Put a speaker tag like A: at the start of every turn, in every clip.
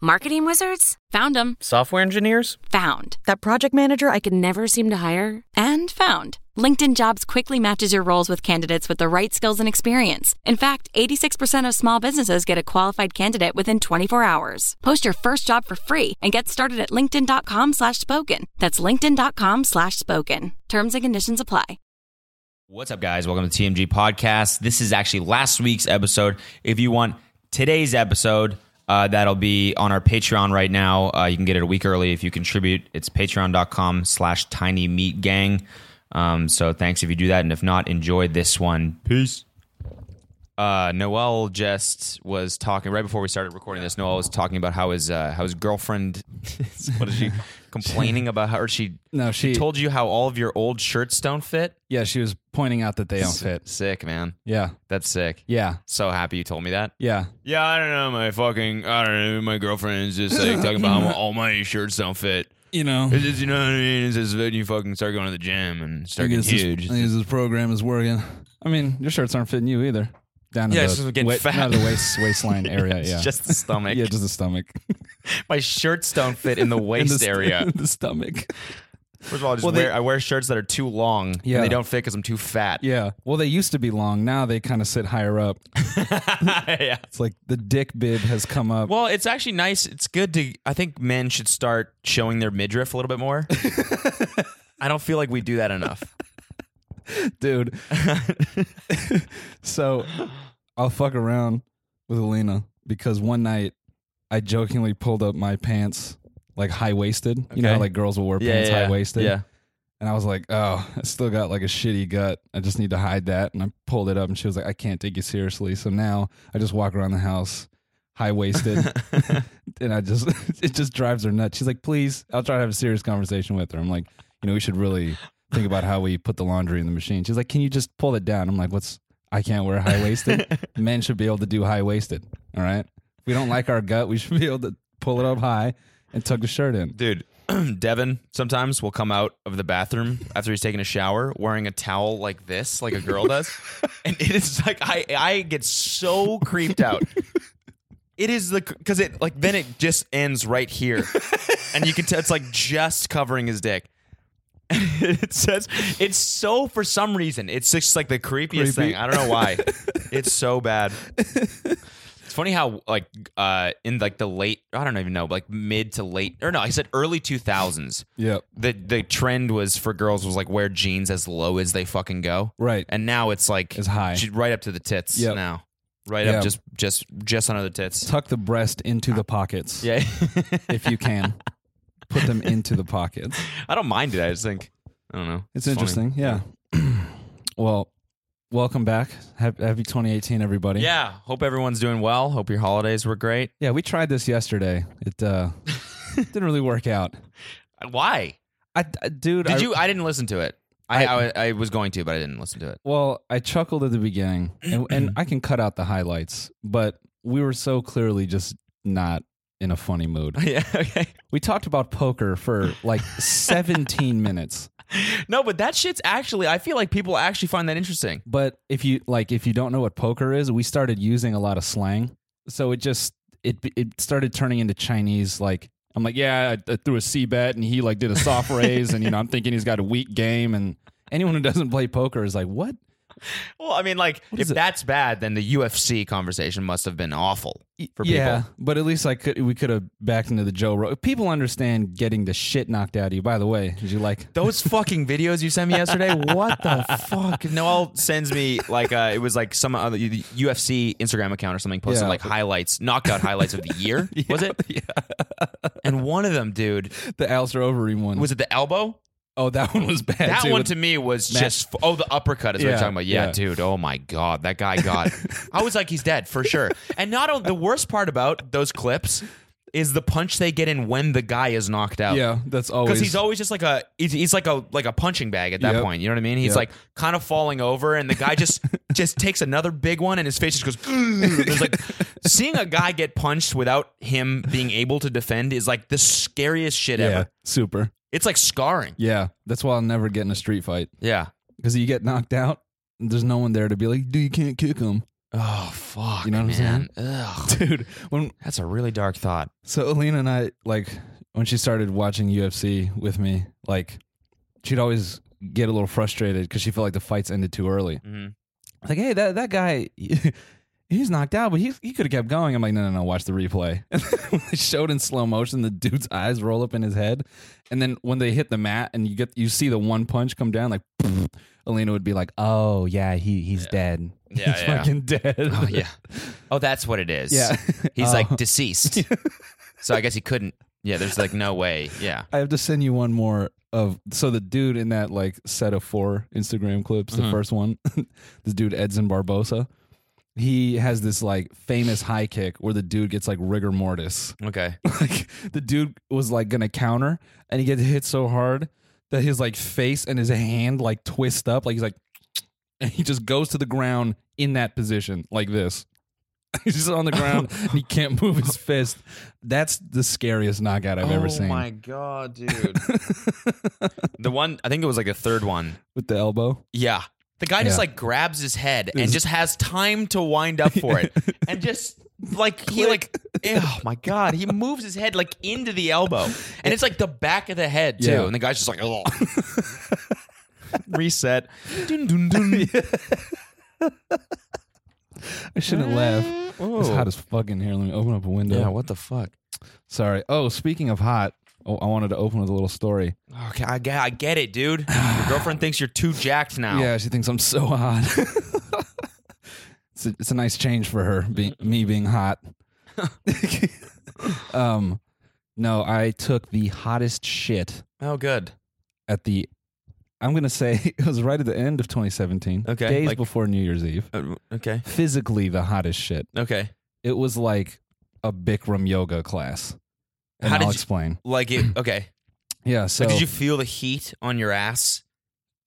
A: Marketing wizards? Found them.
B: Software engineers?
A: Found.
C: That project manager I could never seem to hire?
A: And found. LinkedIn Jobs quickly matches your roles with candidates with the right skills and experience. In fact, 86% of small businesses get a qualified candidate within 24 hours. Post your first job for free and get started at linkedin.com slash spoken. That's linkedin.com slash spoken. Terms and conditions apply.
D: What's up, guys? Welcome to TMG Podcast. This is actually last week's episode. If you want today's episode, uh, that'll be on our Patreon right now. Uh, you can get it a week early if you contribute. It's patreon.com slash tiny meat gang. Um, so thanks if you do that. And if not, enjoy this one. Peace. Uh, Noel just was talking right before we started recording this. Noel was talking about how his uh, how his girlfriend what is she complaining about? How, or she
E: No, she,
D: told you how all of your old shirts don't fit.
E: Yeah, she was pointing out that they don't fit.
D: Sick, man.
E: Yeah,
D: That's sick.
E: yeah,
D: So happy you told me that.
E: yeah.
D: Yeah, I don't know. My fucking, I don't know. My girlfriend's just like talking about how all my shirts don't fit.
E: You know,
D: It's just, you know what I mean? It's just that you fucking start going to the gym and
E: I
D: start getting
E: guess, this,
D: huge.
E: I guess this program is working. I mean, your shirts aren't fitting you either. Down to
D: Yeah, it's
E: the,
D: just getting
E: wa-
D: fat.
E: down to the waist waistline area.
D: It's
E: Yeah,
D: just the stomach.
E: yeah, just the stomach.
D: my shirts don't fit in the
E: And
D: waist
E: the st-
D: area.
E: the stomach.
D: First of all, I, just
E: Well, they-
D: wear, I wear shirts that are too long.
E: Yeah.
D: and they don't fit because I'm too fat.
E: Yeah. Well, they used to be long. Now they kind of sit higher up.
D: yeah.
E: It's like the dick bib has come up.
D: Well, it's actually nice. It's good to. I think men should start showing their midriff a little bit more. I don't feel like we do that enough.
E: dude. so I'll fuck around with Alina because one night I jokingly pulled up my pants like high waisted. You know
D: Okay.
E: how like girls will wear
D: Yeah,
E: pants
D: yeah, yeah.
E: high waisted.
D: Yeah.
E: And I was like, oh, I still got like a shitty gut. I just need to hide that. And I pulled it up and she was like, I can't take you seriously. So now I just walk around the house high waisted and I just, it just drives her nuts. She's like, please, I'll try to have a serious conversation with her. I'm like, you know, we should really think about how we put the laundry in the machine. She's like, can you just pull it down? I'm like, what's, I can't wear high waisted. Men should be able to do high waisted. All right. If we don't like our gut, we should be able to pull it up high and tuck the shirt in.
D: Dude, Devin sometimes will come out of the bathroom after he's taken a shower wearing a towel like this, like a girl does. and it is like I I get so creeped out. It is the cuz it like then it just ends right here. and you can tell it's like just covering his dick. it says it's so for some reason it's just like the creepiest
E: Creepy.
D: thing. I don't know why. it's so bad. It's funny how like uh in like the late I don't even know like mid to late or no I said early two thousands
E: Yep.
D: the the trend was for girls was like wear jeans as low as they fucking go
E: Right.
D: and now it's like
E: It's high.
D: she- right up to the tits
E: Yep.
D: now right
E: Yeah.
D: up just just just under the tits
E: tuck the breast into the pockets
D: yeah
E: if you can. Put them into the pockets.
D: I don't mind it I just think I don't know
E: It's
D: funny.
E: interesting. Yeah. well, welcome back. Hap- Happy 2018, everybody.
D: yeah hope everyone's doing well hope your holidays were great
E: Yeah, we tried this yesterday. It uh, didn't really work out.
D: why
E: I, I- dude,
D: did
E: I-
D: you I didn't listen to it I, I I was going to but I didn't listen to it
E: Well, I chuckled at the beginning, and, and I can cut out the highlights, but we were so clearly just not in a funny mood.
D: yeah okay
E: We talked about poker for like 17 minutes.
D: No, but that shit's actually. I feel like people actually find that interesting.
E: but if you like if you don't know what poker is we started using a lot of slang so it just it it started turning into chinese like i'm like yeah i, I threw a c bet and he like did a soft raise and you know i'm thinking he's got a weak game and anyone who doesn't play poker is like what
D: Well, I mean, like if
E: is it?
D: that's bad, then the UFC conversation must have been awful for
E: yeah
D: people.
E: but at least i could we could have backed into the joe rogan people understand getting the shit knocked out of you by the way did you like
D: Those fucking videos you sent me yesterday. What the fuck? Noel sends me like uh, it was like some other the UFC Instagram account or something posted
E: Yeah.
D: like highlights, knockout highlights of the year. was it? Yeah. And one of them, dude,
E: the Alistair overeem one
D: was it the elbow?
E: oh that one was bad
D: That
E: too.
D: one to me was
E: Matt-
D: just oh the uppercut is what you're
E: Yeah,
D: talking about. Yeah,
E: yeah.
D: dude. Oh my god, that guy got. I was like, he's dead for sure. And not only the worst part about those clips is the punch they get in when the guy is knocked out.
E: yeah that's
D: Because
E: always
D: he's always just like a he's, he's like a like a punching bag at that
E: Yep.
D: point. You know what I mean? He's
E: Yep.
D: like kind of falling over, and the guy just just takes another big one, and his face just goes. "Ugh." There's like seeing a guy get punched without him being able to defend is like the scariest shit
E: yeah
D: ever.
E: super
D: It's like scarring.
E: yeah that's why i'll never get in a street fight
D: Yeah.
E: because you get knocked out. and There's no one there to be like, dude, you can't kick him,
D: Oh fuck,
E: You know what I'm
D: man. Ugh,
E: dude. When
D: that's a really dark thought.
E: So Alina and I like when she started watching UFC with me, like she'd always get a little frustrated because she felt like the fights ended too early.
D: Mhm.
E: Like, hey, that that guy, he's knocked out, but he he could have kept going. I'm like, no, no, no, watch the replay. And when they showed in slow motion, the dude's eyes roll up in his head, and then when they hit the mat and you get you see the one punch come down, like Alina would be like, oh yeah, he he's dead,
D: Yeah,
E: he's
D: yeah.
E: fucking dead.
D: Oh yeah. Oh, that's what it is.
E: Yeah.
D: He's
E: Oh.
D: like deceased. so I guess he couldn't. Yeah, there's like no way. Yeah.
E: I have to send you one more of so the dude in that like set of four Instagram clips, the first one, this dude Edson Barbosa, he has this like famous high kick where the dude gets like rigor mortis.
D: Okay.
E: Like the dude was like gonna counter and he gets hit so hard that his like face and his hand like twist up, like he's like and he just goes to the ground in that position, like this. He's just on the ground and he can't move his fist. That's the scariest knockout I've
D: Oh
E: ever seen.
D: god, dude. the one I think it was like the third one.
E: With the elbow.
D: Yeah. The guy just
E: Yeah.
D: like grabs his head and just has time to wind up for it. and just like he like oh my god, he moves his head like into the elbow. And it's like the back of the head too.
E: Yeah.
D: And the guy's just like oh. reset. Dun, dun, dun.
E: I shouldn't laugh. It's hot as fuck in here. Let me open up a window.
D: Yeah, what the fuck?
E: Sorry. Oh, speaking of hot, oh, I wanted to open with a little story.
D: Okay, I get, I get it, dude. Your girlfriend thinks you're too jacked now.
E: Yeah, she thinks I'm so hot. it's, a, it's a nice change for her, be, me being hot. um, no, I took the hottest shit
D: Oh, good.
E: at the. I'm gonna say it was right at the end of 2017.
D: Okay,
E: days
D: like-
E: before New Year's Eve.
D: Uh, okay.
E: Physically, the hottest shit.
D: Okay.
E: It was like a Bikram yoga class. And
D: How did
E: I'll
D: you-
E: explain.
D: Like it. Okay.
E: Yeah. So
D: So did you feel the heat on your ass?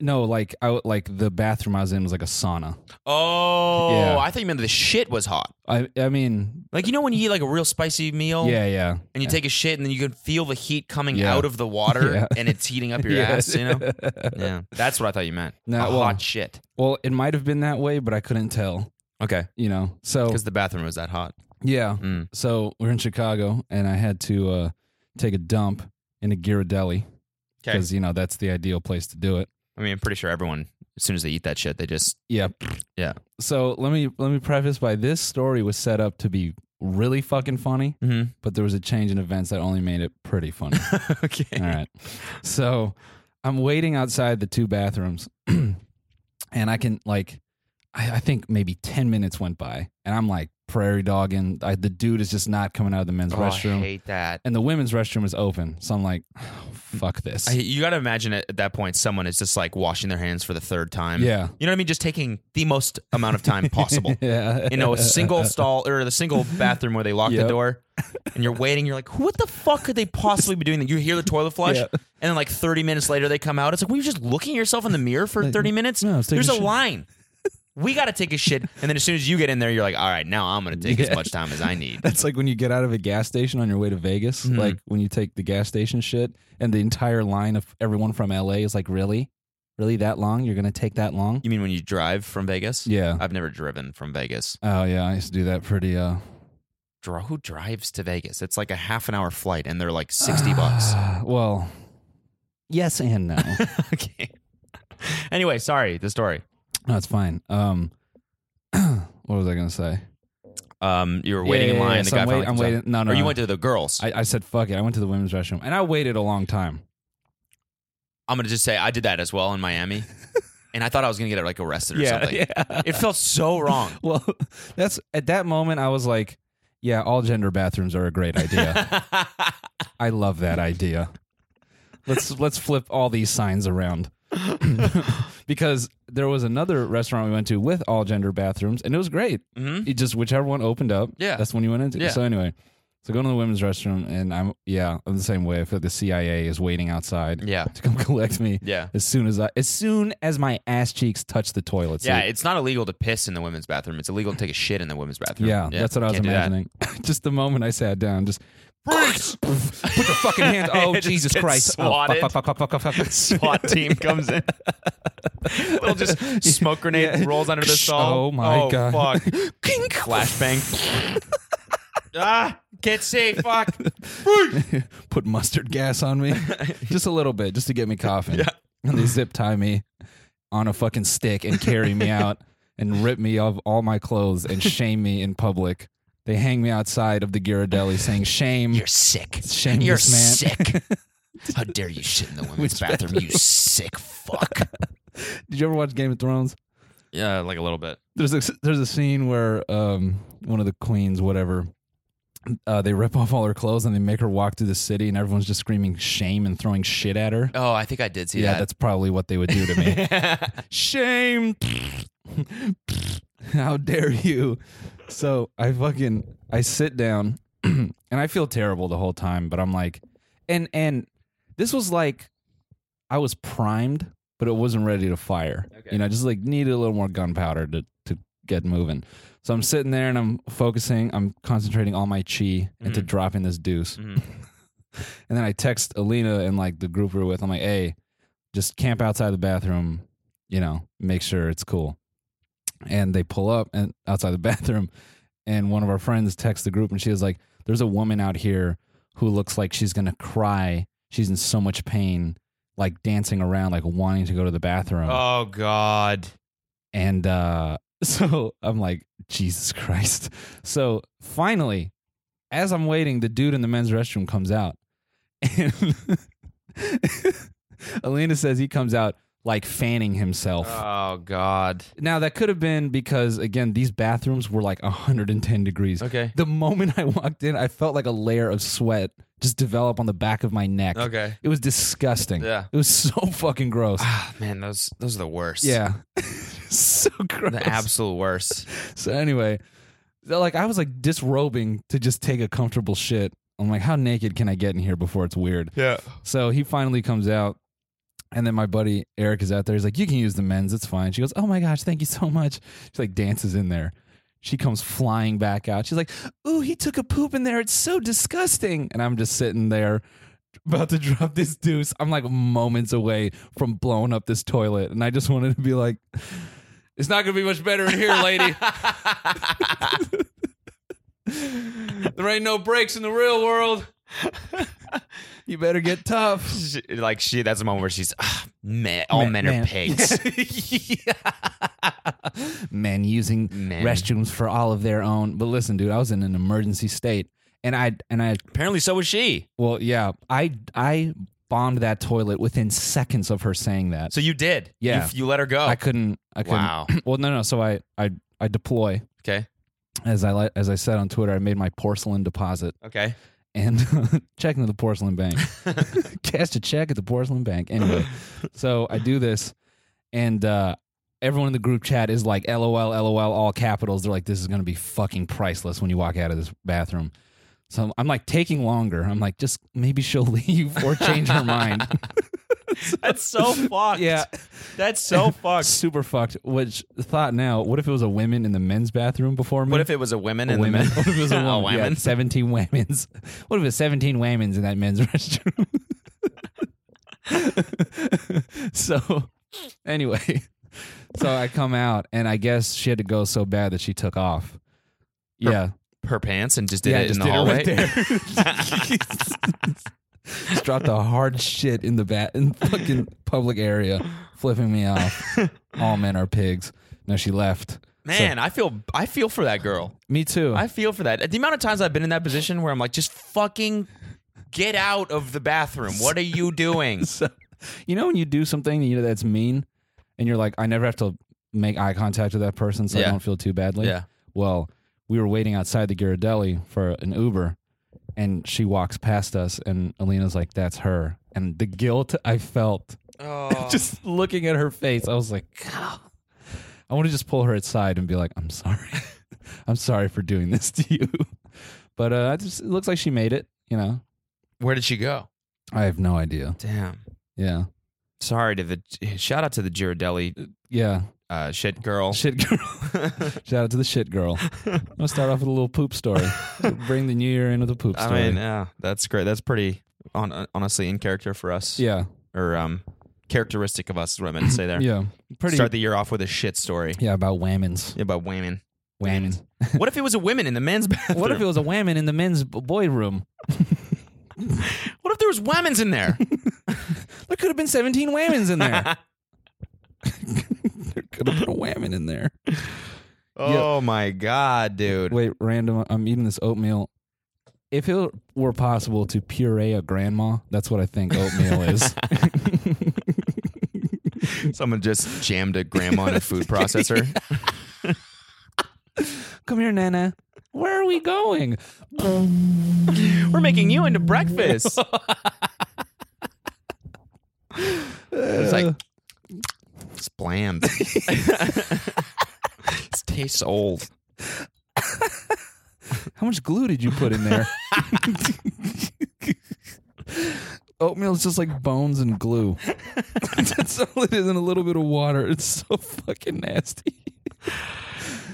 E: No, like I w- like the bathroom I was in was like a sauna.
D: Oh,
E: Yeah.
D: I thought you meant the shit was hot.
E: I I mean,
D: Like you know when you eat like a real spicy meal,
E: yeah, yeah,
D: and you take a shit, and then you can feel the heat coming
E: Yeah.
D: out of the water,
E: Yeah.
D: and it's heating up your
E: Yeah.
D: ass. You know. Yeah, that's what I thought you meant.
E: No,
D: A
E: well-
D: hot shit.
E: Well, it might have been that way, but I couldn't tell.
D: Okay.
E: You know, so
D: Because the bathroom was that hot.
E: yeah.
D: Mm.
E: So we're in Chicago, and I had to uh, take a dump in a Ghirardelli
D: Okay.
E: because you know that's the ideal place to do it.
D: I mean, I'm pretty sure everyone, as soon as they eat that shit, they just
E: Yeah,
D: yeah.
E: So let me let me preface by this story was set up to be really fucking funny,
D: Mm-hmm.
E: but there was a change in events that only made it pretty funny.
D: okay.
E: All right. So I'm waiting outside the two bathrooms and I can like I, I think maybe ten minutes went by and I'm like prairie dogging. I, the dude is just not coming out of the men's
D: Oh, I
E: restroom.
D: hate that.
E: And the women's restroom is open. So I'm like, oh, fuck this.
D: I, you got to imagine at, at that point, someone is just like washing their hands for the third time.
E: Yeah.
D: You know what I mean? Just taking the most amount of time possible.
E: yeah.
D: You know, a single stall or the single bathroom where they lock the
E: Yep.
D: door and you're waiting. You're like, what the fuck could they possibly be doing? You hear the toilet flush
E: Yeah.
D: and then like 30 minutes later they come out. It's like, were you just looking at yourself in the mirror for 30 minutes?
E: no, I was taking
D: There's
E: a
D: a
E: shit.
D: line. We got to take a shit. And then as soon as you get in there, you're like, all right, now I'm going to take as
E: Yeah.
D: much time as I need.
E: That's like when you get out of a gas station on your way to Vegas,
D: Mm-hmm.
E: like when you take the gas station shit and the entire line of everyone from LA is like, really? Really that long? You're going to take that long?
D: You mean when you drive from Vegas?
E: Yeah.
D: I've never driven from Vegas.
E: Oh yeah, I used to do that pretty. Uh,
D: Dr- who drives to Vegas? It's like a half an hour flight, and they're like sixty bucks.
E: well, yes and no.
D: okay. Anyway, sorry. The story.
E: no, it's fine. Um, what was I gonna say?
D: Um, you were waiting
E: Yeah,
D: in
E: yeah,
D: line.
E: yeah,
D: the
E: so
D: guy
E: I'm
D: finally
E: wait- I'm
D: comes up.
E: waiting- no, no,
D: Or you
E: no.
D: went to the girls. I,
E: I, I said fuck it. I went to the women's restroom and I waited a long time.
D: am gonna just say I did that as well in Miami, and I thought I was gonna get like arrested or something.
E: yeah.
D: It felt so wrong.
E: Well, that's at that moment I was like, yeah, all gender bathrooms are a great idea. I love that idea. Let's let's flip all these signs around. because there was another restaurant we went to with all gender bathrooms and it was great.
D: Mhm.
E: It just whichever one opened up,
D: Yeah.
E: that's when you went into.
D: Yeah.
E: So anyway, so going to the women's restroom and I'm yeah, I'm the same way. I feel like the CIA is waiting outside
D: Yeah.
E: to come collect me.
D: Yeah.
E: As soon as I as soon as my ass cheeks touch the toilet seat.
D: Yeah, it's not illegal to piss in the women's bathroom. It's illegal to take a shit in the women's bathroom.
E: Yeah, that's what I was
D: can't do that.
E: imagining. just the moment I sat down, just Freeze! Put your fucking hands. Oh,
D: Just
E: Jesus
D: get
E: Christ. Oh,
D: swatted.
E: fuck, fuck, fuck, fuck, fuck, fuck.
D: SWAT team comes in. Little just smoke grenade rolls under the stall.
E: Oh, my
D: oh,
E: God.
D: Fuck. Flashbang. ah, can't see. Fuck.
E: Put mustard gas on me. just a little bit, just to get me coughing. And they zip tie me on a fucking stick and carry me out and rip me of all my clothes and shame me in public. They hang me outside of the Ghirardelli saying, Shame.
B: You're sick.
E: Shame
B: You're
E: this man.
B: sick. How dare you shit in the women's bathroom, you sick fuck.
E: Did you ever watch Game of Thrones?
D: Yeah, like a little bit.
E: there's a there's a scene where um one of the queens whatever uh, they rip off all her clothes and they make her walk through the city and everyone's just screaming shame and throwing shit at her.
B: Oh, I think I did see
E: yeah,
B: that.
E: that's probably what they would do to me. shame. How dare you? So I fucking I sit down and I feel terrible the whole time, but I'm like and and this was like I was primed, but it wasn't ready to fire. You know, just like needed a little more gunpowder to to get moving. So I'm sitting there and I'm focusing, I'm concentrating all my chi into dropping this deuce.
D: Mhm.
E: and then I text Alina and like the group we we're with, I'm like, hey, just camp outside the bathroom, you know, make sure it's cool. And they pull up and outside the bathroom, and one of our friends texts the group, and she was like, "There's a woman out here who looks like she's gonna cry. She's in so much pain, like dancing around, like wanting to go to the bathroom."
D: Oh God.
E: And uh, so I'm like, Jesus Christ. So finally, as I'm waiting, the dude in the men's restroom comes out. And Alina says he comes out like fanning himself.
D: Oh God.
E: now, that could have been because, again, these bathrooms were like 110 degrees.
D: Okay.
E: The moment I walked in, I felt like a layer of sweat just develop on the back of my neck.
D: Okay.
E: It was disgusting.
D: Yeah.
E: It was so fucking gross.
D: Ah, man, those those are the worst.
E: yeah. so gross.
D: The absolute worst.
E: So anyway, so, like I was like disrobing to just take a comfortable shit. I'm like, how naked can I get in here before it's weird?
D: Yeah.
E: So he finally comes out, and then my buddy Eric is out there. He's like, you can use the men's, it's fine. She goes, oh my gosh, thank you so much. She like dances in there. She comes flying back out. She's like, ooh, he took a poop in there. It's so disgusting. And I'm just sitting there. About to drop this deuce. I'm like moments away from blowing up this toilet. And I just wanted to be like, it's not going to be much better in here, lady. There ain't no breaks in the real world. you better get tough.
D: She- like she, that's the moment where she's ah, men, all men, are pigs.
E: Men using
D: Men.
E: restrooms for all of their own. But listen, dude, I was in an emergency state, and I and I
D: Apparently, so was she.
E: well, yeah, I I bombed that toilet within seconds of her saying that.
D: So you did.
E: Yeah.
D: You, f- you let her go.
E: I couldn't. I couldn't.
D: Wow.
E: Well, no, no. So I I I deploy
D: Okay.
E: as I li- as I said on Twitter. I made my porcelain deposit.
D: Okay.
E: and check into the porcelain bank. Cast a check at the porcelain bank. Anyway, so I do this, and uh, everyone in the group chat is like, LOL, LOL, all capitals. They're like, this is going to be fucking priceless when you walk out of this bathroom. So I'm, I'm like taking longer. I'm like, just maybe she'll leave or change her mind.
D: That's so fucked.
E: Yeah.
D: That's so fucked.
E: Super fucked. Which thought now, what if it was a women in the men's bathroom before me?
D: What if it was a women
E: A
D: and
E: women.
D: the men?
E: What if it was a
D: Oh,
E: woman? Yeah,
D: women?
E: 17 women's. What if it was 17 women's in that men's restroom? so, anyway, so I come out, and I guess she had to go so bad that she took off. Yeah.
D: Her pants and just did
E: yeah,
D: it in
E: just
D: the
E: did
D: hallway.
E: it right there. just dropped a hard shit in the bat in fucking public area, flipping me off. All men are pigs. No, she left.
D: Man, I feel I feel for that girl.
E: Me too.
D: I feel for that. The amount of times I've been in that position where I'm like, just fucking get out of the bathroom. What are you doing?
E: So, you know when you do something you know that's mean, and you're like, I never have to make eye contact with that person, so
D: Yeah.
E: I don't feel too badly.
D: Yeah.
E: Well, we were waiting outside the Ghirardelli for an Uber, and she walks past us, and Alina's like, "That's her," and the guilt I felt
D: Oh.
E: just looking at her face, I was like, God. I want to just pull her aside and be like, "I'm sorry, I'm sorry for doing this to you," but uh, I just, it looks like she made it. You know,
D: Where did she go?
E: I have no idea.
D: Damn.
E: Yeah,
D: Sorry to the shout out to the Girardelli
E: yeah.
D: uh, shit girl.
E: Shit girl. Shout out to the shit girl. I'm gonna start off with a little poop story. Bring the new year in with a poop
D: I
E: story.
D: mean, yeah, that's great. That's pretty on, uh, honestly in character for us.
E: yeah,
D: Or um, characteristic of us is what I meant to say there.
E: yeah, pretty.
D: Start the year off with a shit story
E: yeah, about whammons.
D: about women.
E: Whammons.
D: What if it was a women in the men's bathroom?
E: What if it was a whammon in the men's b- boy room?
D: What if there was women's in there?
E: There could have been 17 whammons in there. there could have been a whammon in there.
D: oh my god, dude.
E: Wait, random. I'm eating this oatmeal. If it were possible to puree a grandma, that's what I think oatmeal is.
D: Someone just jammed a grandma in a food processor.
E: Come here, Nana. Where are we going?
D: We're making you into breakfast. it's like it's bland. it tastes old.
E: How much glue did you put in there? Oatmeal is just like bones and glue. That's all it is, and a little bit of water. It's so fucking nasty.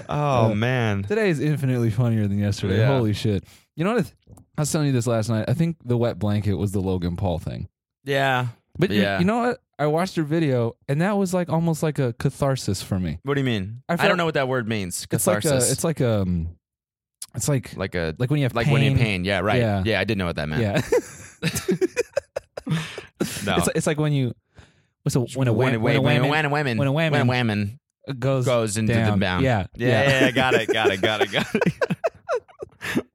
D: Oh man.
E: Today is infinitely funnier than yesterday.
D: Yeah.
E: Holy shit! You know what? I, th- I was telling you this last night. I think the wet blanket was the Logan Paul thing.
D: Yeah.
E: But you-
D: Yeah.
E: you, know what? I watched your video, and that was like almost like a catharsis for me.
D: What do you mean?
E: I
D: I,
E: felt-
D: don't know what that word means.
E: It's
D: Catharsis.
E: like a, it's like um, it's like
D: like a
E: like when you have
D: like
E: pain.
D: when in pain. Yeah, right.
E: Yeah.
D: Yeah. I did know what that meant.
E: Yeah,
D: No.
E: it's it's like when you what's a when a
D: when,
E: wham- when a
D: when,
E: whammon-
D: when a woman
E: when a whammon-
D: when a woman
E: goes
D: goes into
E: down.
D: the bound.
E: Yeah,
D: Yeah, yeah, yeah, got it, got it, got it, got it.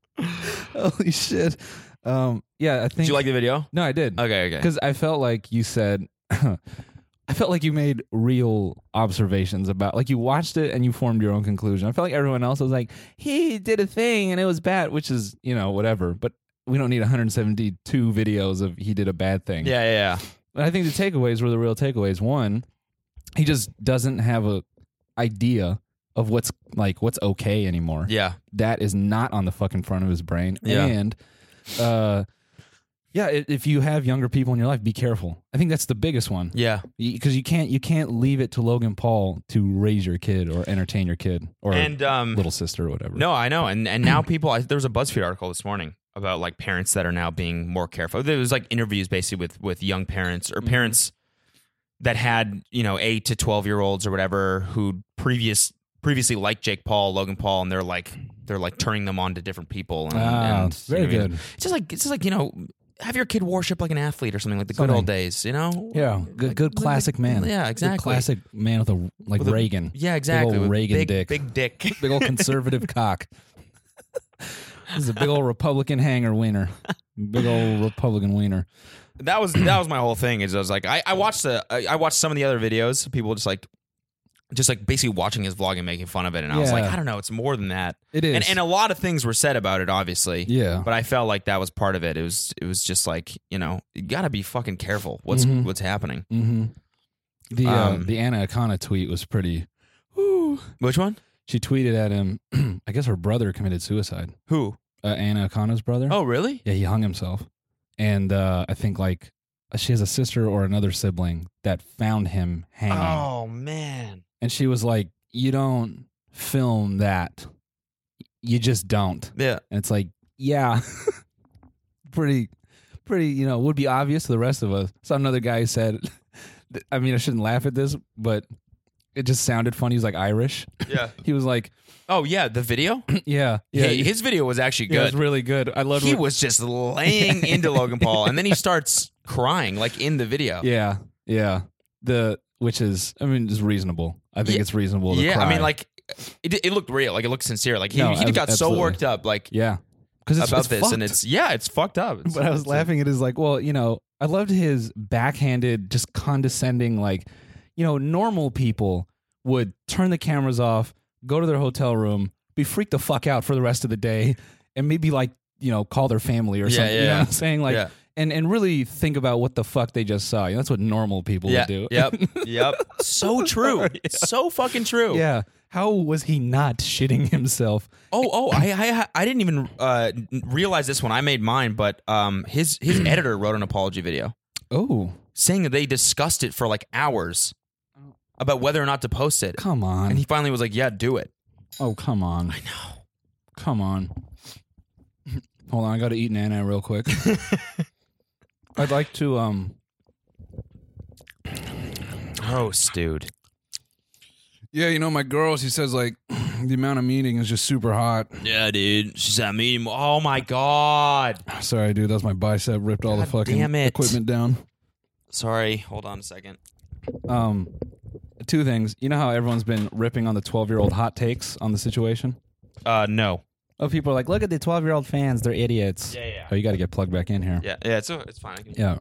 E: Holy shit! Um, yeah, I think.
D: Did you like the video?
E: No, I did.
D: Okay, okay.
E: Because I felt like you said, I felt like you made real observations about, like you watched it and you formed your own conclusion. I felt like everyone else was like, he did a thing and it was bad, which is, you know, whatever. But we don't need 172 videos of he did a bad thing.
D: Yeah, yeah, yeah.
E: But I think the takeaways were the real takeaways. One, he just doesn't have a idea of what's like what's okay anymore
D: Yeah.
E: that is not on the fucking front of his brain.
D: Yeah.
E: And uh yeah, i- if you have younger people in your life, be careful. I think that's the biggest one.
D: Yeah.
E: Because you can't you can't leave it to Logan Paul to raise your kid or entertain your kid or
D: and um
E: little sister or whatever.
D: no, I know. And and now people I, there was a BuzzFeed article this morning about like parents that are now being more careful. There was like interviews basically with with young parents
E: Mm-hmm.
D: or parents that had, you know, 8 to 12 year olds or whatever who previous previously liked Jake Paul, Logan Paul and they're like they're like turning them on to different people and,
E: Ah,
D: and
E: very
D: you know what I mean?
E: good.
D: It's just like it's just like, you know, have your kid worship like an athlete or something like the good
E: Something.
D: old days, you know?
E: Yeah, good, good
D: Like-
E: classic man.
D: Yeah,
E: Good
D: exactly.
E: classic man with a like
D: With a-
E: Reagan.
D: Yeah, exactly.
E: Big old
D: with
E: Reagan
D: big,
E: dick.
D: Big dick.
E: big old conservative cock. This is a big old Republican hanger wiener. Big old Republican wiener.
D: that was that was my whole thing. Is I was like, I, I watched the I, I watched some of the other videos. People just like, just like basically watching his vlog and making fun of it. And I was like,
E: Yeah.
D: I don't know, it's more than that.
E: It is.
D: And and a lot of things were said about it, obviously.
E: Yeah.
D: But I felt like that was part of it. It was it was just like you know you gotta be fucking careful what's
E: Mhm.
D: what's happening.
E: Mm-hmm. The uh,
D: Um,
E: the Anna Akana tweet was pretty.
D: Which one?
E: She tweeted at him. I guess her brother committed suicide.
D: Who?
E: Uh, Anna Akana's brother.
D: Oh, really?
E: yeah, he hung himself. And uh, I think like she has a sister or another sibling that found him hanging,
D: Oh man.
E: and she was like, "You don't film that. You just don't."
D: Yeah.
E: And it's like, yeah, pretty, pretty, you know, would be obvious to the rest of us. So another guy said, I mean, I shouldn't laugh at this, but it just sounded funny. He's like Irish.
D: Yeah.
E: He was like,
D: Oh yeah, the video.
E: yeah, yeah,
D: Yeah. His video was actually
E: yeah, it
D: good.
E: was really good. I loved
D: he
E: what-
D: was just laying into Logan Paul, and then he starts crying like in the video.
E: Yeah, yeah. The which is, I mean, is reasonable. I think
D: Yeah.
E: it's reasonable. To
D: yeah, I
E: cry.
D: mean, like it, it looked real, like it looked sincere. Like he,
E: No,
D: he got
E: absolutely.
D: so worked up, like
E: yeah, because
D: about this, and it's yeah, it's fucked up. It's-
E: but I was
D: it's-
E: laughing at his like, well, you know, I loved his backhanded, just condescending, like, you know, normal people would turn the cameras off, go to their hotel room, be freaked the fuck out for the rest of the day, and maybe like, you know, call their family or
D: Yeah,
E: something.
D: yeah,
E: you know
D: yeah.
E: what I'm saying? Like
D: Yeah.
E: and, and really think about what the fuck they just saw. You know, that's what normal people
D: Yeah,
E: would do.
D: yep, yep. So true, so fucking true.
E: yeah. How was he not shitting himself?
D: Oh, oh, I, I, I didn't even uh, n- realize this when I made mine, but um, his his editor wrote an apology video
E: Oh.
D: saying that they discussed it for like hours, about whether or not to post it.
E: Come on.
D: And he finally was like, "Yeah, do it."
E: oh, come on. I know. Come on. Hold on, I got to eat Nana real quick. I'd like to um
D: Gross, dude.
E: Yeah, you know my girl, she says like the amount I'm eating is just super hot.
D: Yeah, dude. She's at me. Oh my god.
E: Sorry, dude, that's my bicep ripped all the
D: God
E: fucking
D: damn it.
E: equipment down.
D: Sorry. Hold on a second.
E: Um, two things. You know how everyone's been ripping on the 12 year old hot takes on the situation?
D: Uh, no.
E: Oh, people are like, look at the 12 year old fans. They're idiots.
D: Yeah, yeah.
E: Oh, you got to get plugged back in here.
D: Yeah, yeah. It's it's fine. I can,
E: Yeah.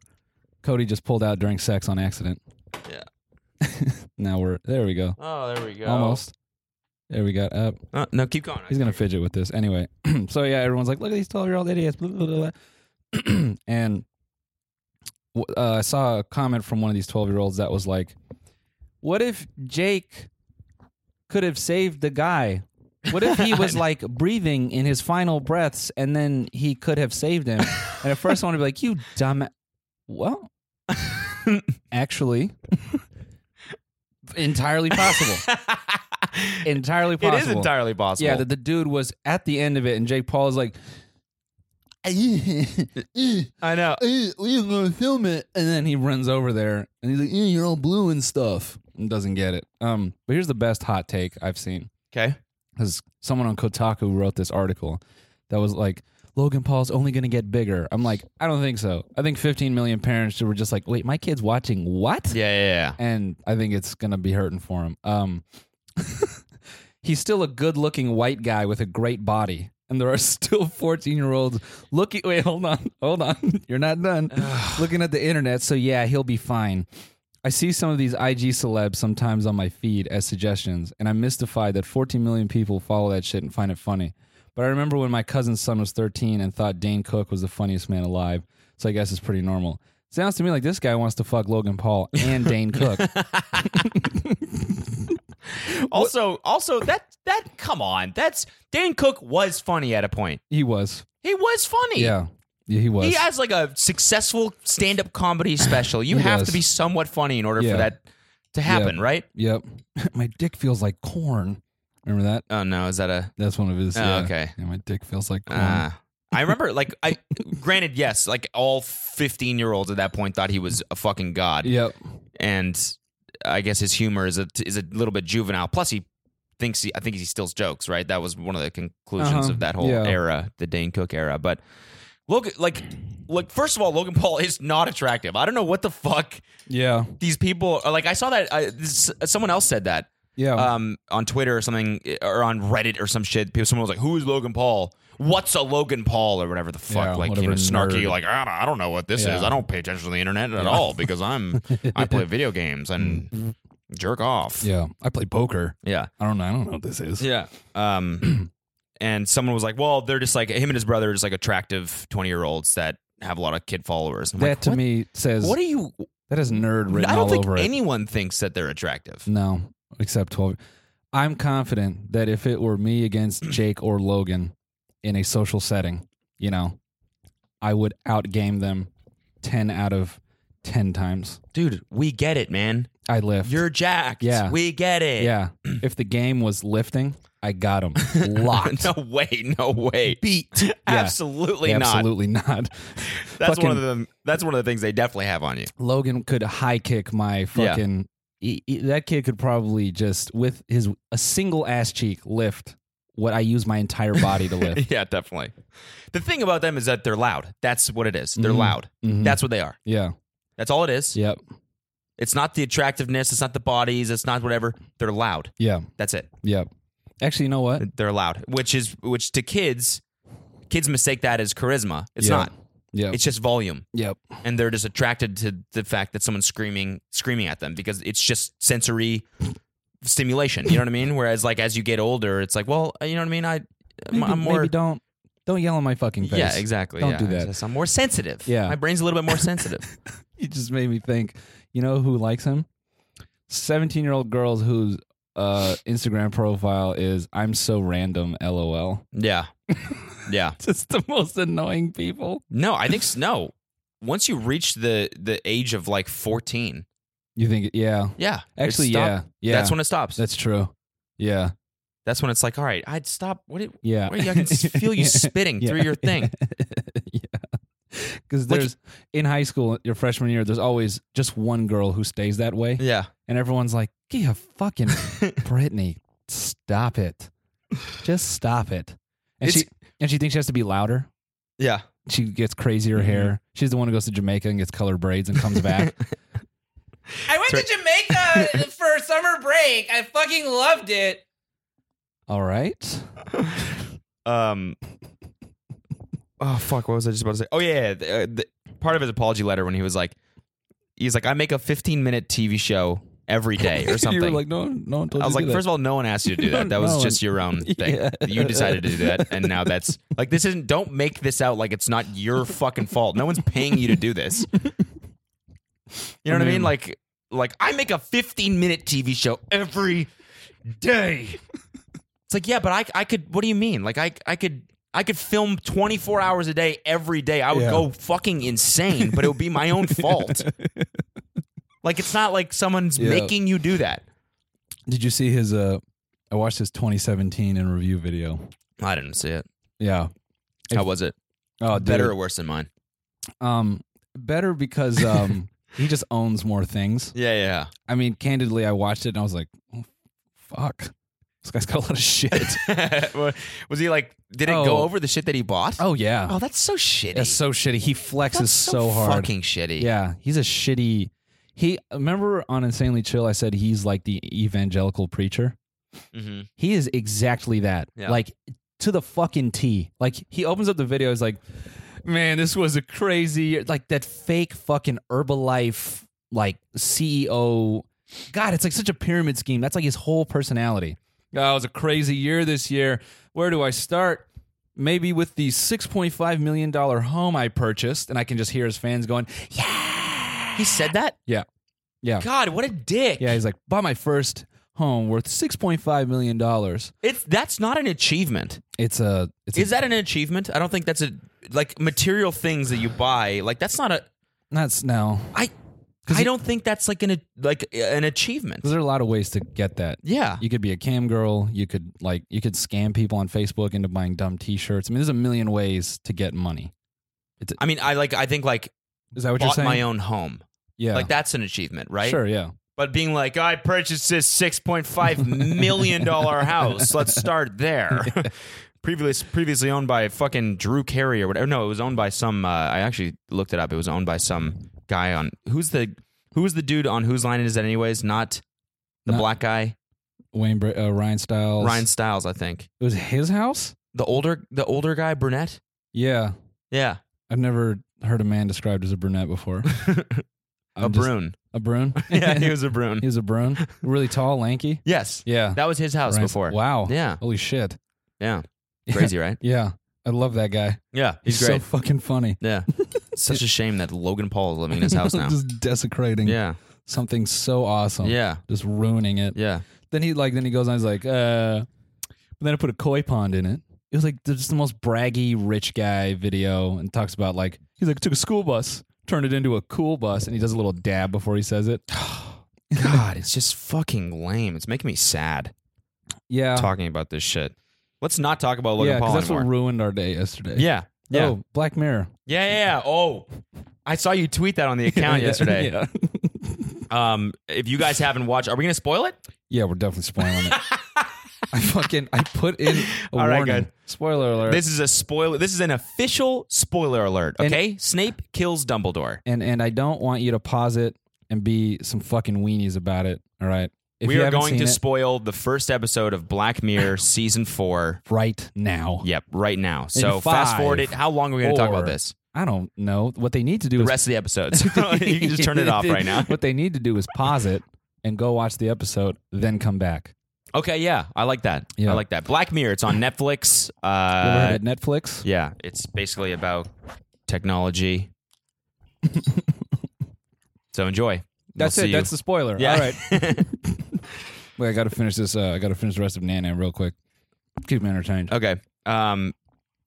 E: Cody just pulled out during sex on accident.
D: Yeah.
E: now we're there. We go.
D: Oh, there we go.
E: Almost. There we got up.
D: Uh, no, keep going.
E: He's gonna fidget with this anyway. so yeah, everyone's like, "Look at these twelve-year-old idiots." Blah, blah, blah, blah. and w- uh, I saw a comment from one of these twelve-year-olds that was like, "What if Jake could have saved the guy? What if he was like breathing in his final breaths, and then he could have saved him?" And at first, I want to be like, "You dumb." Well, actually, entirely possible. entirely
D: It
E: possible.
D: is entirely possible.
E: Yeah, that the dude was at the end of it, and Jake Paul is like, "Eh,
D: I know.
E: "We're eh, gonna film it," and then he runs over there, and he's like, "Eh, "You're all blue and stuff," and doesn't get it. Um, but here's the best hot take I've seen
D: Okay.
E: because someone on Kotaku wrote this article that was like. Logan Paul's only going to get bigger. I'm like, I don't think so. I think 15 million parents were just like, wait, my kid's watching what?
D: Yeah, yeah,
E: and I think it's gonna be hurting for him. Um, he's still a good-looking white guy with a great body, and there are still fourteen-year-olds looking. Wait, hold on, hold on, you're not done looking at the internet. So yeah, he'll be fine. I see some of these IG celebs sometimes on my feed as suggestions, and I'm mystified that 14 million people follow that shit and find it funny. But I remember when my cousin's son was 13 and thought Dane Cook was the funniest man alive, so I guess it's pretty normal. Sounds to me like this guy wants to fuck Logan Paul and Dane Cook.
D: yeah. Also, also that that come on. That's Dan Cook was funny at a point.
E: He was.
D: He was funny.
E: Yeah. Yeah, he was.
D: He has like a successful stand-up comedy special. You
E: He
D: have
E: does.
D: to be somewhat funny in order
E: Yeah.
D: for that to happen, right?
E: yep. my dick feels like corn. Remember that?
D: Oh no, is that a
E: That's one of his.
D: Oh,
E: yeah.
D: okay.
E: Yeah, my dick feels like corn.
D: Uh, I remember, like, I granted, yes, like all fifteen-year-olds at that point thought he was a fucking god,
E: yep.
D: and I guess his humor is a is a little bit juvenile. Plus, he thinks he, I think he steals jokes, right? That was one of the conclusions
E: Uh-huh.
D: of that whole
E: Yeah.
D: era, the Dane Cook era. But look, like, like first of all, Logan Paul is not attractive. I don't know what the fuck
E: Yeah.
D: these people are like. I saw that I, this, someone else said that
E: Yeah.
D: um, on Twitter or something, eh, or on Reddit or some shit. People, someone was like, "Who is Logan Paul? What's a Logan Paul?" or whatever the fuck,
E: Yeah,
D: like you
E: whatever
D: know, snarky,
E: nerd.
D: like I don't, I don't know what this
E: Yeah.
D: is. I don't pay attention to the internet at all because I'm I play video games and jerk off.
E: Mm. yeah. I play poker.
D: yeah,
E: I don't know. I don't know what this is.
D: yeah. Um, and someone was like, "Well, they're just like him and his brother are just like attractive twenty year olds that have a lot of kid followers." I'm
E: That
D: like,
E: to
D: what?
E: me says
D: what are you?
E: that is nerd written
D: I
E: all
D: don't think
E: over it.
D: anyone thinks that they're attractive.
E: No, except 12. I'm confident that if it were me against Jake or Logan in a social setting, you know, I would outgame them 10 out of 10 times.
D: Dude, we get it, man.
E: I lift.
D: You're jacked.
E: Yeah.
D: We get it.
E: yeah. if the game was lifting, I got him locked.
D: no way, no way. Beat. Absolutely not.
E: Absolutely not.
D: That's one
E: Fucking-
D: of the that's one of the things they definitely have on you.
E: Logan could high kick my fucking. he- he- that kid could probably just with his a single ass cheek lift what I use my entire body to lift.
D: yeah, definitely. The thing about them is that they're loud. That's what it is. They're
E: Mhm.
D: loud.
E: Mhm.
D: That's what they are.
E: yeah.
D: That's all it is.
E: Yep.
D: It's not the attractiveness, it's not the bodies, it's not whatever. They're loud.
E: Yeah.
D: That's it.
E: Yep. Actually, you know what?
D: They're loud. Which is which to kids, kids mistake that as charisma. It's
E: Yeah.
D: not.
E: Yep.
D: It's just volume.
E: yep.
D: and they're just attracted to the fact that someone's screaming screaming at them because it's just sensory stimulation you know what i mean whereas like as you get older it's like well you know what i mean i I'm-
E: Maybe,
D: i'm more
E: maybe don't don't yell in my fucking face.
D: yeah exactly
E: Don't
D: yeah.
E: do that.
D: It's just i'm more sensitive
E: Yeah.
D: my brain's a little bit more sensitive
E: You just made me think. You know who likes him? Seventeen-year-old girls whose uh, Instagram profile is "I'm so random." LOL.
D: yeah yeah
E: Just the most annoying people.
D: no i think s- no once you reach the the age of like 14
E: You think? Yeah.
D: Yeah. It
E: Actually,
D: stop-
E: yeah, yeah.
D: That's when it stops. That's,
E: That's true. Yeah.
D: when it's like, all right, I'd stop. What? Did,
E: Yeah.
D: wait, I can s- feel you spitting
E: Yeah.
D: through your thing.
E: yeah. Because
D: Like-
E: there's in high school, your freshman year, there's always just one girl who stays that way,
D: Yeah.
E: and everyone's like, "Yeah, fucking Brittany, stop it, just stop it." And
D: It's-
E: she and she thinks she has to be louder.
D: Yeah.
E: She gets crazier hair. She's the one who goes to Jamaica and gets colored braids and comes back.
F: I went to Jamaica for summer break. I fucking loved it.
E: All right.
D: Um. Oh fuck! What was I just about to say? Oh yeah, yeah, the, uh, the, part of his apology letter when he was like, he's like, I make a 15 minute TV show every day or something.
E: you were like, no, no one told
D: I was
E: you
D: like, first of all, no one asked you to do that. That
E: No
D: was
E: one-
D: just your own thing.
E: Yeah.
D: You decided to do that, and now that's like this isn't. Don't make this out like it's not your fucking fault. No one's paying you to do this. You know what I mean? Like, like I make a 15 minute TV show every day. It's like, yeah, but I, I could. What do you mean? Like, I, I could. I could film 24 hours a day every day. I would
E: Yeah.
D: go fucking insane, but it would be my own fault. like it's not like someone's
E: Yeah.
D: making you do that.
E: Did you see his? Uh, I watched his 2017 in review video.
D: I didn't see it.
E: Yeah.
D: How was it?
E: Oh, dude.
D: Better or worse than mine?
E: Um, better because um, he just owns more things.
D: Yeah, yeah.
E: I mean, candidly, I watched it and I was like, oh, fuck, this guy's got a lot of shit.
D: was he like? Did it
E: Oh.
D: go over the shit that he bought?
E: oh yeah,
D: Oh, that's so shitty.
E: that's so shitty. He flexes
D: That's
E: so, hard.
D: Fucking shitty.
E: yeah, he's a shitty. He remember on Insanely Chill, I said he's like the evangelical preacher.
D: hmm
E: He is exactly that.
D: Yeah.
E: Like to the fucking T. Like he opens up the video, he's like, Man, this was a crazy year." like that fake fucking Herbalife like CEO. God, it's like such a pyramid scheme. That's like his whole personality. Oh, it was a crazy year this year. Where do I start? Maybe with the six point five million dollar home I purchased, and I can just hear his fans going,
D: He said that.
E: Yeah. Yeah.
D: God, what a dick.
E: Yeah, he's like, bought my first home worth six point five million dollars.
D: It's that's not an achievement.
E: It's a it's a
D: Is that an achievement? I don't think that's a like material things that you buy. Like that's not a.
E: That's no.
D: I.
E: 'Cause
D: I
E: it-
D: don't think that's like an like an achievement.
E: 'Cause there are a lot of ways to get that.
D: Yeah.
E: You could be a cam girl. You could like you could scam people on Facebook into buying dumb T-shirts. I mean, there's a million ways to get money.
D: I mean, I like. I think like
E: Is that what you're
D: bought
E: saying?
D: my own home.
E: yeah,
D: Like that's an achievement, right?
E: Sure, yeah,
D: but being like, I purchased this six point five million dollar house. Let's start there. Previous, previously owned by fucking Drew Carey or whatever. No, it was owned by some. Uh, I actually looked it up. It was owned by some guy on who's the who's the dude on whose line is it anyways? Not the
E: Not-
D: black guy,
E: Wayne Br- uh, Ryan Styles.
D: Ryan Styles, I think.
E: it was his house.
D: The older the older guy, brunette.
E: Yeah,
D: Yeah,
E: I've never heard a man described as a brunette before.
D: a
E: I'm just-
D: brune.
E: A brune.
D: yeah, he was a brune.
E: He was a brune. Really tall, lanky.
D: yes,
E: Yeah,
D: that was his house
E: Ryan-
D: before.
E: Wow.
D: Yeah.
E: Holy shit.
D: Yeah, crazy, right?
E: Yeah, I love that guy.
D: Yeah, he's,
E: so
D: great.
E: fucking funny.
D: yeah, such a shame that Logan Paul is living in his house now.
E: Just desecrating
D: Yeah,
E: something so awesome.
D: yeah,
E: Just ruining it.
D: yeah.
E: Then he like then he goes on. He's like, uh, but then I put a koi pond in it. It was like just the most braggy rich guy video, and talks about like he's like took a school bus, turned it into a cool bus, and he does a little dab before he says it.
D: God, it's just fucking lame. It's making me sad
E: Yeah,
D: talking about this shit. Let's not talk about Logan
E: yeah, 'cause
D: Paul
E: that's
D: anymore.
E: what ruined our day yesterday.
D: yeah, yeah,
E: Oh, Black Mirror
D: yeah, yeah, yeah. Oh, I saw you tweet that on the account
E: Yeah,
D: yesterday.
E: Yeah.
D: Um, if you guys haven't watched, are we gonna spoil it?
E: Yeah, we're definitely spoiling it. I fucking I put in a
D: All right,
E: warning.
D: good.
E: Spoiler alert.
D: This is a spoiler. This is an official spoiler alert.
E: And-
D: Okay, Snape kills Dumbledore.
E: and and I don't want you to pause it and be some fucking weenies about it. All right, if
D: we
E: you
D: are
E: haven't
D: going
E: seen
D: to
E: it,
D: spoil the first episode of Black Mirror season four.
E: right now.
D: Yep, right now. So fast
E: five,
D: forward it. How long are we going to talk about
E: four,
D: this?
E: I don't know what they need to do.
D: The
E: is
D: rest of the episode. So you can just turn it off right now.
E: what they need to do is pause it and go watch the episode, then come back.
D: Okay, yeah, I like that.
E: Yeah.
D: I like that. Black Mirror. It's on Netflix.
E: You ever
D: Uh,
E: heard of Netflix?
D: yeah, it's basically about technology. so enjoy.
E: That's
D: We'll
E: it.
D: see
E: That's
D: you.
E: the spoiler.
D: Yeah.
E: All right. Wait, I got to finish this. Uh, I got to finish the rest of Nana real quick. Keep me entertained.
D: Okay. Um.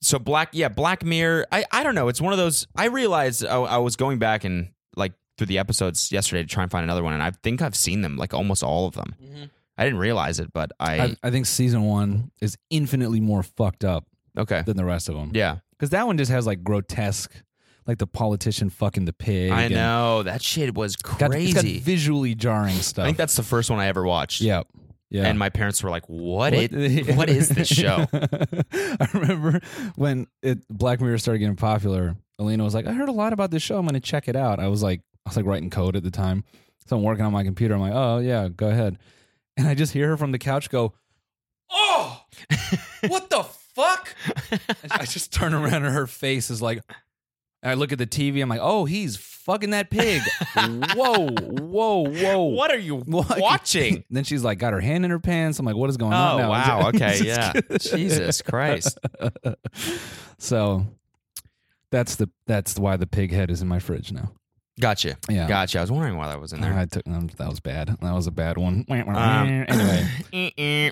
D: So black, yeah, Black Mirror. I I don't know. It's one of those. I realized I, I was going back and like through the episodes yesterday to try and find another one, and I think I've seen them, like almost all of them. I didn't realize it, but I,
E: I, I think season one is infinitely more fucked up
D: okay,
E: than the rest of them.
D: yeah,
E: because that one just has like grotesque, like the politician fucking the pig.
D: I
E: and
D: know that shit was
E: got-
D: crazy.
E: it's got visually jarring stuff.
D: I think that's the first one I ever watched.
E: yeah, yeah.
D: and my parents were like, "What? It, what is this show?"
E: I remember when it Black Mirror started getting popular. Elena was like, "I heard a lot about this show. I'm going to check it out." I was like, I was like writing code at the time, so I'm working on my computer. I'm like, "Oh yeah, go ahead." And I just hear her from the couch go,
F: Oh, what the fuck?
E: and I just turn around and her face is like, and I look at the TV. I'm like, "Oh, he's fucking that pig." whoa, whoa, whoa!
D: What are you
E: What?
D: watching?
E: Then she's like, got her hand in her pants. I'm like, "What is going on?"
D: Oh
E: now?
D: wow! Okay,
E: Just
D: yeah.
E: kidding.
D: Jesus Christ!
E: so that's the that's why the pig head is in my fridge now.
D: Gotcha.
E: Yeah.
D: Gotcha. I was wondering why that was in there. Um,
E: I took um, that was bad. That was a bad one.
D: Uh,
E: Eh,
D: eh,
E: anyway,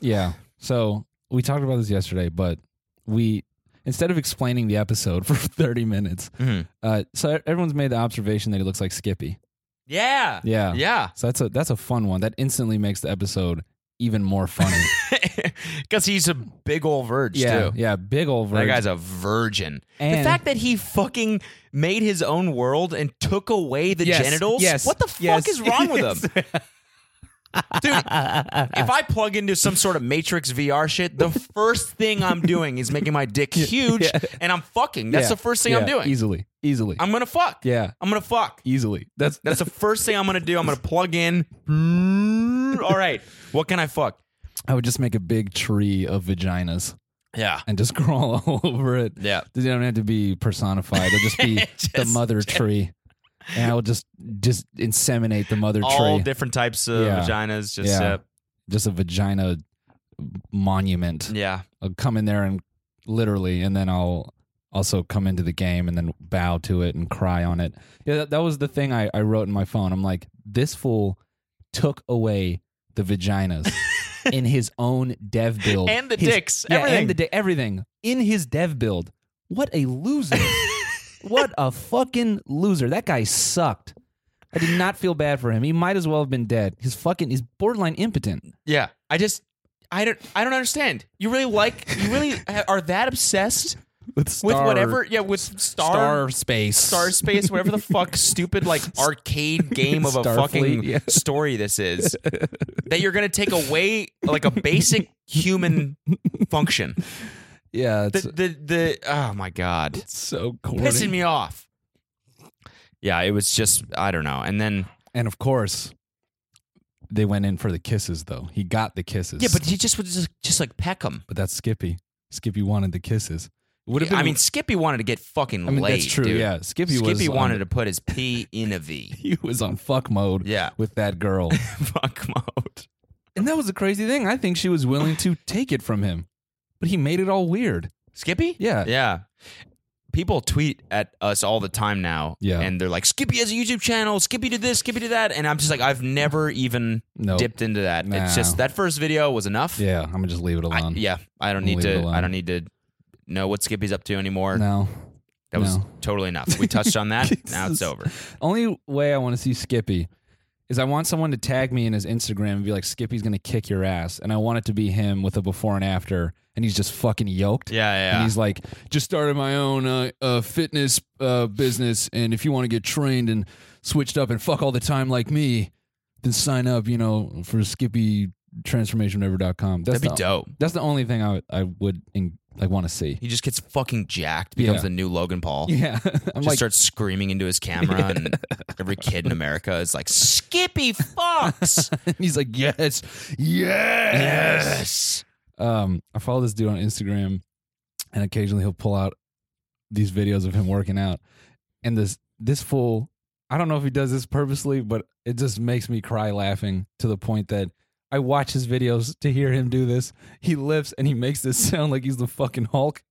E: yeah. So we talked about this yesterday, but we instead of explaining the episode for 30 minutes,
D: Mhm.
E: uh, so everyone's made the observation that he looks like Skippy.
D: Yeah.
E: Yeah.
D: Yeah.
E: So that's a that's a fun one. That instantly makes the episode even more funny.
D: Because he's a big old virgin
E: yeah.
D: too.
E: Yeah. Big old
D: That
E: virgin.
D: guy's a virgin. the
E: And-
D: fact that he fucking made his own world and took away the
E: Yes,
D: genitals.
E: yes,
D: What the fuck
E: yes.
D: is wrong with him? Dude, if I plug into some sort of Matrix VR shit, the first thing I'm doing is making my dick huge and I'm fucking. That's
E: Yeah,
D: the first thing
E: yeah,
D: I'm doing.
E: Easily. Easily.
D: I'm going to fuck.
E: yeah.
D: I'm going to fuck.
E: Easily. That's
D: That's the first thing I'm gonna do. I'm gonna plug in. All right, what can I fuck?
E: I would just make a big tree of vaginas.
D: Yeah,
E: and just crawl all over it.
D: Yeah.
E: They don't have to be personified. It'll just be the
D: Just-
E: mother tree. And I will just just inseminate the mother
D: all
E: tree.
D: different types of
E: Yeah.
D: vaginas. Just
E: Yeah.
D: uh,
E: just a vagina monument.
D: yeah.
E: I'll come in there and literally and then I'll also come into the game and then bow to it and cry on it. Yeah, that, that was the thing I, I wrote in my phone. I'm like, this fool took away the vaginas in his own dev build.
D: And the
E: His-
D: dicks,
E: Yeah,
D: everything.
E: and the di- everything in his dev build. What a loser. what a fucking loser. That guy sucked. I did not feel bad for him. He might as well have been dead. He's fucking he's borderline impotent.
D: Yeah, I just I don't I don't understand. You really like you really are that obsessed
E: With,
D: with whatever yeah with star
E: star space.
D: Star Space, whatever the fuck stupid like arcade game of a
E: Starfleet,
D: fucking
E: yeah.
D: story this is. that you're gonna take away like a basic human function.
E: Yeah,
D: The
E: it's,
D: the, the oh my god.
E: it's so corny.
D: pissing me off. Yeah, it was just I don't know. And then
E: And of course, they went in for the kisses though. He got the kisses.
D: yeah, but he just was just, just like peck him.
E: but that's Skippy. Skippy wanted the kisses. Would
D: I mean, Skippy wanted to get fucking
E: I mean,
D: laid.
E: that's true,
D: dude.
E: yeah. Skippy
D: Skippy
E: was on
D: wanted to
E: the-
D: put his P in a V.
E: he was on fuck mode.
D: Yeah.
E: with that girl.
D: Fuck mode.
E: and that was the crazy thing. I think she was willing to take it from him, but he made it all weird.
D: Skippy?
E: Yeah.
D: Yeah. People tweet at us all the time now.
E: Yeah.
D: And they're like, Skippy has a YouTube channel. Skippy did this. Skippy did that. And I'm just like, I've never even
E: No.
D: dipped into that.
E: Nah.
D: It's just that first video was enough.
E: Yeah, I'm gonna just leave it
D: I,
E: alone.
D: yeah. I don't need
E: Leave it
D: to. I
E: alone.
D: don't need to know what Skippy's up to anymore.
E: no.
D: That was
E: No.
D: totally enough. We touched on that. now it's
E: Jesus.
D: over.
E: Only way I want to see Skippy is I want someone to tag me in his Instagram and be like, "Skippy's gonna kick your ass," and I want it to be him with a before and after, and he's just fucking yoked.
D: Yeah, yeah, yeah.
E: And he's like, just started my own uh, uh, fitness uh, business, and if you want to get trained and switched up and fuck all the time like me, then sign up. You know, for Skippy transformationriver.com. That's
D: That'd be
E: the-
D: dope.
E: That's the only thing I would- I would in, like want to see.
D: He just gets fucking jacked, becomes
E: Yeah.
D: the new Logan Paul.
E: Yeah, I'm
D: Just
E: like,
D: starts screaming into his camera, and every kid in America is like, "Skippy Fox!"
E: he's like, yes, yes. um, I follow this dude on Instagram, and occasionally he'll pull out these videos of him working out. And this this fool, I don't know if he does this purposely, but it just makes me cry laughing to the point that I watch his videos to hear him do this. He lifts and he makes this sound like he's the fucking Hulk.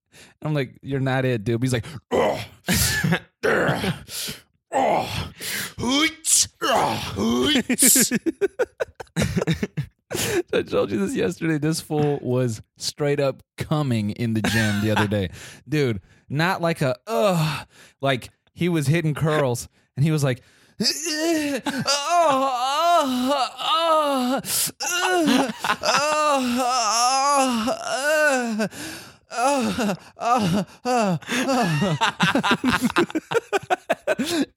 E: And I'm like, you're not it, dude. But he's like, oh,
D: Oh, hoots, oh, hoots.
E: I told you this yesterday. This fool was straight up coming in the gym the other day. Dude, not like a ugh, like he was hitting curls and he was like, "Oh, oh, oh, oh, oh, oh, oh, oh, oh, oh."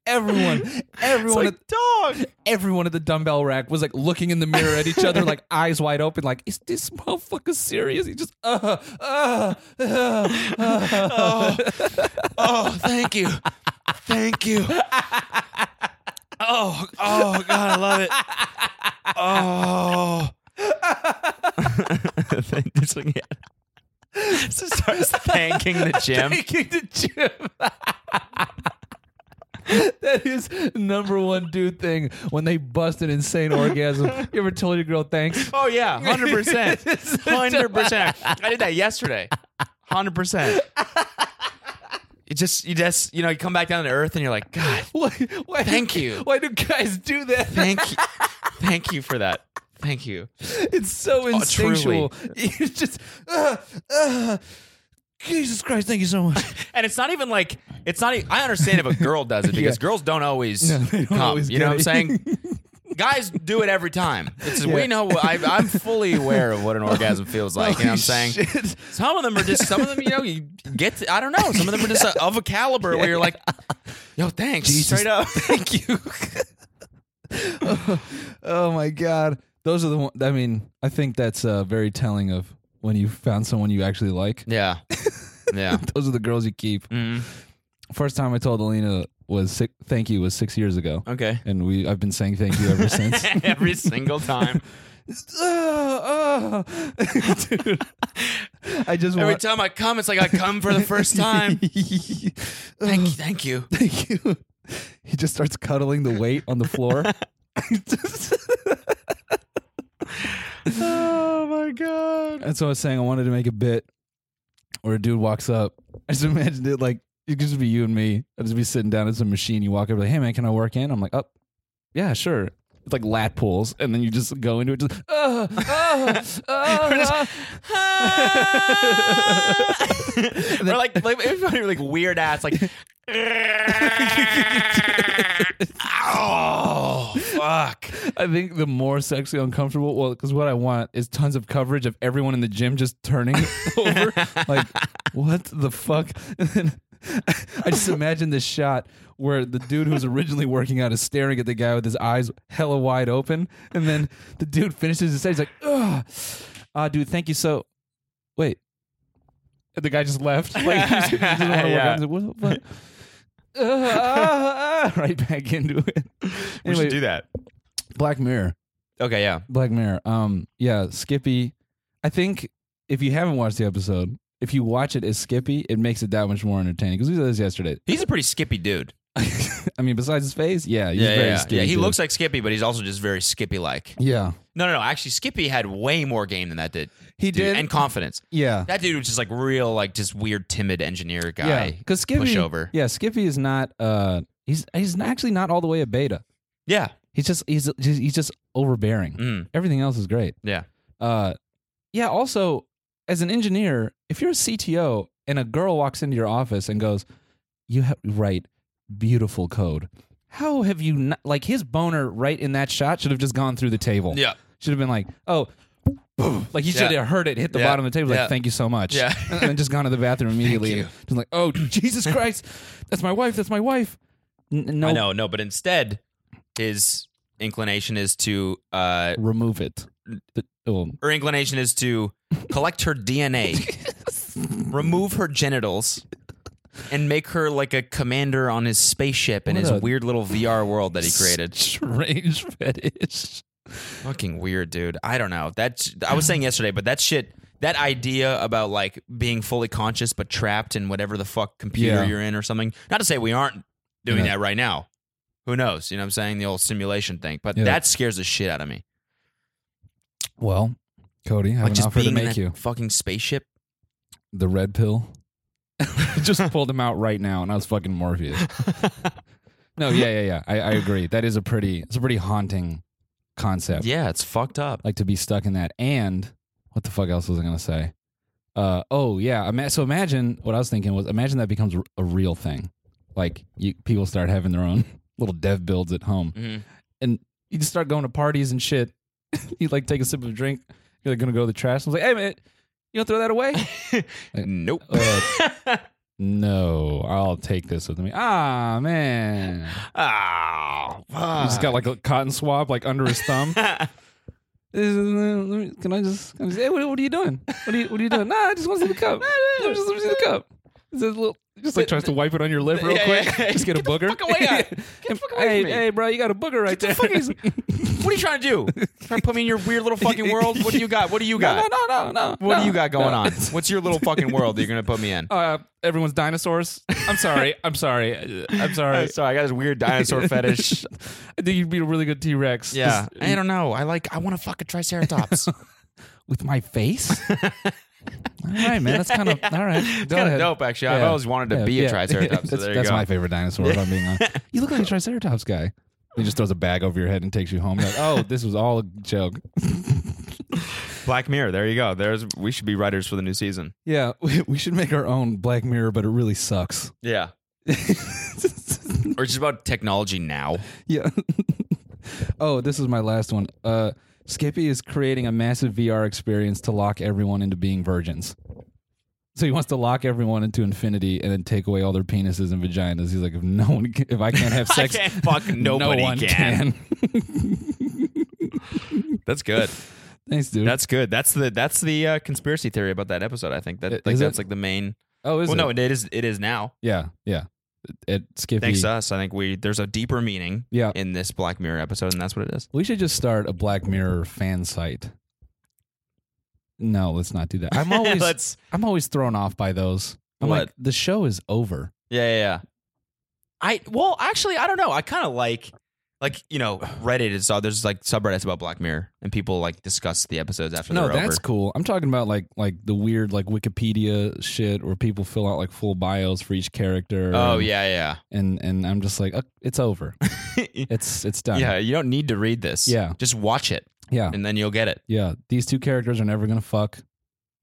E: everyone, everyone, at-
D: dog.
E: everyone at the dumbbell rack was like looking in the mirror at each other, like eyes wide open, like, "Is this motherfucker serious?" He just, uh, uh, uh, uh.
B: Oh, thank you. Thank you. Oh, oh, God, I love it. Oh.
D: Just like, yeah. So starts thanking the gym.
E: Taking the gym. that is number one dude thing when they bust an insane orgasm. You ever told your girl thanks?
B: Oh, yeah, 100%. 100%. I did that yesterday. 100%. It just, you just, you know, you come back down to earth and you're like, God,
E: Why, why
B: Thank
E: do,
B: you.
E: Why do guys do that?
B: thank you. Thank you for that. Thank you.
E: It's so
B: Oh,
E: instinctual. It's just, uh, uh, Jesus Christ, thank you so much.
B: And it's not even like it's not. e- I understand if a girl does it because
E: Yeah.
B: girls don't always
E: No, they don't
B: come.
E: always
B: you know what I'm
E: get it.
B: saying? Guys do it every time. It's, We know. what- I, I'm fully aware of what an orgasm feels like. you know what I'm saying?
E: Shit.
B: Some of them are just. Some of them, you know, you get. To, I don't know. Some of them are just uh, of a caliber where you're like, yo, thanks, straight up.
E: Thank you. oh my god, those are the. One, I mean, I think that's uh, very telling of when you found someone you actually like.
B: Yeah, yeah.
E: Those are the girls you keep.
B: Mm.
E: First time I told Alina was six, thank you was six years ago,
B: Okay.
E: and we I've been saying thank you ever since.
B: Every single time.
E: Ah, ah. Dude, I just
B: Every
E: want.
B: time I come, it's like I come for the first time. Thank you.
E: thank
B: Thank you.
E: Thank you. He just starts cuddling the weight on the floor.
B: Oh my god.
E: That's what I was saying. I wanted to make a bit where a dude walks up. I just imagined it like it could just be you and me. I'd just be sitting down at some machine. You walk up like, hey man, can I work in? I'm like, oh, yeah, sure. It's like lat pulls, and then you just go into it. Just "Ah, ah, ah, ah."
B: or like, like it would be like weird ass like. oh fuck!
E: I think the more sexually uncomfortable, well, because what I want is tons of coverage of everyone in the gym just turning over. like, what the fuck? And then I just imagine this shot where the dude who's originally working out is staring at the guy with his eyes hella wide open. And then the dude finishes his set. He's like, ugh. Ah, dude, thank you so. Wait. And the guy just left. Like, he just- he doesn't want to
D: Yeah.
E: work out. He's like, what the fuck? Ah, ah, ah. right back into it.
D: We
E: Anyway,
D: should do that.
E: Black Mirror.
D: Okay, yeah.
E: Black Mirror. Um, yeah, Skippy. I think if you haven't watched the episode, if you watch it as Skippy, it makes it that much more entertaining. Because we saw this yesterday.
D: He's a pretty skippy dude.
E: I mean, besides his face, yeah, he's
D: Yeah,
E: very
D: yeah, yeah.
E: Skippy.
D: yeah. He
E: too.
D: looks like Skippy, but he's also just very Skippy like.
E: Yeah,
D: No, no, no. Actually, Skippy had way more game than that did.
E: he
D: Dude,
E: did.
D: and confidence.
E: yeah,
D: That dude was just like real, like just weird, timid engineer guy.
E: yeah. Because Skippy,
D: pushover.
E: Yeah, Skippy is not. Uh, he's he's not- actually not all the way a beta.
D: Yeah.
E: He's just he's just, he's just overbearing.
D: Mm.
E: Everything else is great.
D: Yeah.
E: Uh, yeah. Also, as an engineer, if you're a CTO and a girl walks into your office and goes, "You ha- write beautiful code," how have you not? Like his boner right in that shot should have just gone through the table.
D: Yeah.
E: Should have been like, "Oh." Like he should
D: Yeah.
E: have heard it hit the
D: Yeah.
E: bottom of the table. Like,
D: Yeah.
E: thank you so much.
D: Yeah.
E: and then just gone to the bathroom immediately.
D: you.
E: Just like, oh Jesus Christ, that's my wife. That's my wife. N- no,
D: I know, no, but instead, his inclination is to, uh,
E: remove it. The- oh,
D: her inclination is to collect her DNA, remove her genitals, and make her like a commander on his spaceship in
E: What
D: his
E: a-
D: weird little VR world that he created.
E: strange fetish.
D: Fucking weird, dude. I don't know. That's I was saying yesterday, but that shit, that idea about like being fully conscious but trapped in whatever the fuck computer
E: Yeah.
D: you're in or something. Not to say we aren't doing
E: Yeah.
D: that right now. Who knows? You know what I'm saying? The old simulation thing. But
E: Yeah.
D: that scares the shit out of me.
E: Well, Cody, I have
D: Like
E: an
D: just
E: offer
D: being
E: to
D: in
E: make
D: that
E: you.
D: fucking spaceship.
E: The red pill. just pulled him out right now, and I was fucking Morpheus. no, yeah, yeah, yeah. I, I agree. That is a pretty, it's a pretty haunting concept.
D: Yeah, it's fucked up.
E: Like to be stuck in that. And what the fuck else was I gonna say? Uh, oh yeah. Ima- so imagine what I was thinking was imagine that becomes r- a real thing. Like you, people start having their own little dev builds at home,
D: Mm-hmm.
E: and you just start going to parties and shit. you like take a sip of a drink. You're like gonna go to the trash. I was like, hey man, you don't throw that away.
D: Nope.
E: Uh, no, I'll take this with me. Ah man,
D: Ah,
B: Oh,
E: he's got like a cotton swab like under his thumb. This is- uh, let me- Can I just? Can I just hey, what, what are you doing? What are you? What are you doing? Nah, I just want to see the cup. Let me just let me see the cup. It's a little- just like tries to wipe it on your lip real
B: Yeah,
E: quick.
B: yeah, yeah.
E: Just get a booger.
B: fuck away, guy. Get the fuck away
E: hey,
B: from me.
E: hey, bro, you got a booger right there.
B: What are you trying to do? Trying to put me in your weird little fucking world? What do you got? What do you
E: no,
B: got?
E: no, no, no, no.
B: What
E: no,
B: do you got going
E: no.
B: on? What's your little fucking world that you're gonna put me in?
E: Uh, everyone's dinosaurs. I'm sorry. I'm sorry. I'm
B: Uh,
E: sorry.
B: sorry, I got this weird dinosaur fetish.
E: I think you'd be a really good T Rex.
B: Yeah, I don't know. I like. I want to fuck a triceratops.
E: with my face. all right, man. That's kind of all right. Go
B: kinda
E: ahead.
B: dope, actually. I've always wanted to be a triceratops, so
E: that's
B: there you
E: that's
B: go.
E: my favorite dinosaur. If I'm being honest, you look like a triceratops guy. He just throws a bag over your head and takes you home. You're like, oh, this was all a joke.
D: Black Mirror. There you go. There's. We should be writers for the new season.
E: Yeah, we, we should make our own Black Mirror, but it really sucks.
D: Yeah. or just about technology now.
E: Yeah. oh, this is my last one. Uh, Skippy is creating a massive VR experience to lock everyone into being virgins. So he wants to lock everyone into infinity and then take away all their penises and vaginas. He's like, if no one, can, if I can't have sex,
D: can't- fuck,
E: no
D: nobody
E: one
D: can.
E: can.
D: That's good.
E: Thanks, dude.
D: That's good. That's the that's the uh, conspiracy theory about that episode. I think that
E: Is
D: like
E: it?
D: that's like the main.
E: oh, is
D: well,
E: it?
D: no, it is it is now.
E: yeah, yeah. It, Skippy.
D: Thanks uh, to us, I think we there's a deeper meaning
E: Yeah,
D: in this Black Mirror episode, and that's what it is.
E: we should just start a Black Mirror fan site. No, let's not do that. I'm always,
D: Let's-
E: I'm always thrown off by those. I'm
D: What?
E: like, the show is over.
D: Yeah, yeah, yeah. I well, actually, I don't know. I kind of like like you know Reddit is uh, there's like subreddits about Black Mirror, and people like discuss the episodes after
E: No,
D: they're
E: that's
D: over.
E: cool. I'm talking about like like the weird like Wikipedia shit where people fill out like full bios for each character.
D: Oh
E: and,
D: yeah,
E: and and I'm just like, uh, it's over.
D: yeah,
E: It's it's done.
D: yeah. You don't need to read this.
E: Yeah. Oh.
D: just watch it,
E: yeah,
D: and then you'll get it.
E: yeah. These two characters are never gonna fuck.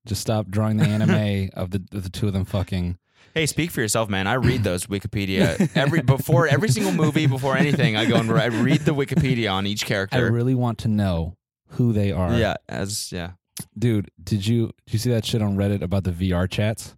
E: Just stop drawing the anime of the of the two of them fucking.
D: Hey, speak for yourself, man. I read those Wikipedia every before every single movie, before anything. I go and I read the Wikipedia on each
E: I
D: character.
E: really want to know who they are.
D: yeah, as yeah,
E: dude. Did you did you see that shit on Reddit about the VR chats?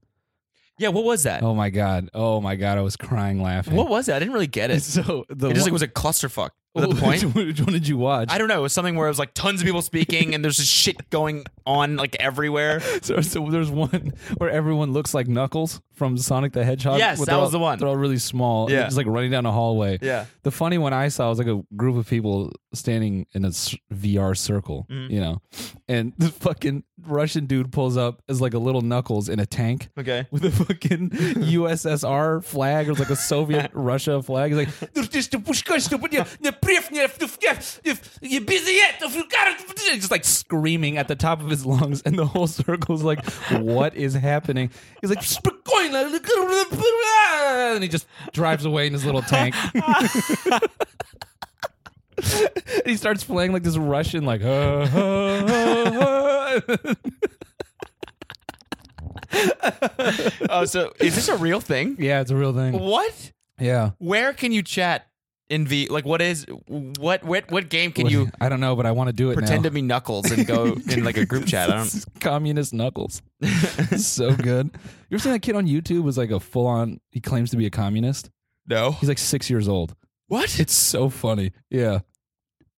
D: yeah. What was that?
E: Oh my god. Oh my god. I was crying laughing.
D: What was that? I didn't really get it.
E: So the
D: It just
E: one-
D: like was a clusterfuck. Was that the point?
E: Which one did you watch?
D: I don't know. It was something where it was like tons of people speaking and there's just shit going on like everywhere.
E: So, so there's one where everyone looks like Knuckles from Sonic the Hedgehog.
D: Yes,
E: But
D: that
E: they're
D: was
E: all-
D: the one.
E: They're all really small.
D: Yeah.
E: Yeah. Just like running down a hallway.
D: Yeah.
E: The funny one I saw was like a group of people standing in a s- VR circle,
D: Mm-hmm.
E: you know, and the fucking Russian dude pulls up as like a little Knuckles in a tank.
D: Okay.
E: With a fucking USSR flag or like a Soviet Russia flag. He's like, just like screaming at the top of his lungs, and the whole circle's like, "What is happening?" He's like, and he just drives away in his little tank. And he starts playing like this Russian, like, "Uh, uh, uh."
D: Oh, so is this a real thing?
E: yeah, it's a real thing.
D: What?
E: Yeah.
D: Where can you chat in V? Like, what is what what what game can you
E: I don't know, but I want to do it
D: pretend
E: now.
D: to be Knuckles and go in like a group chat? I don't.
E: Communist Knuckles. so good. You ever seen that kid on YouTube was like a full on, he claims to be a communist?
D: know.
E: He's like six years old.
D: What?
E: It's so funny. Yeah.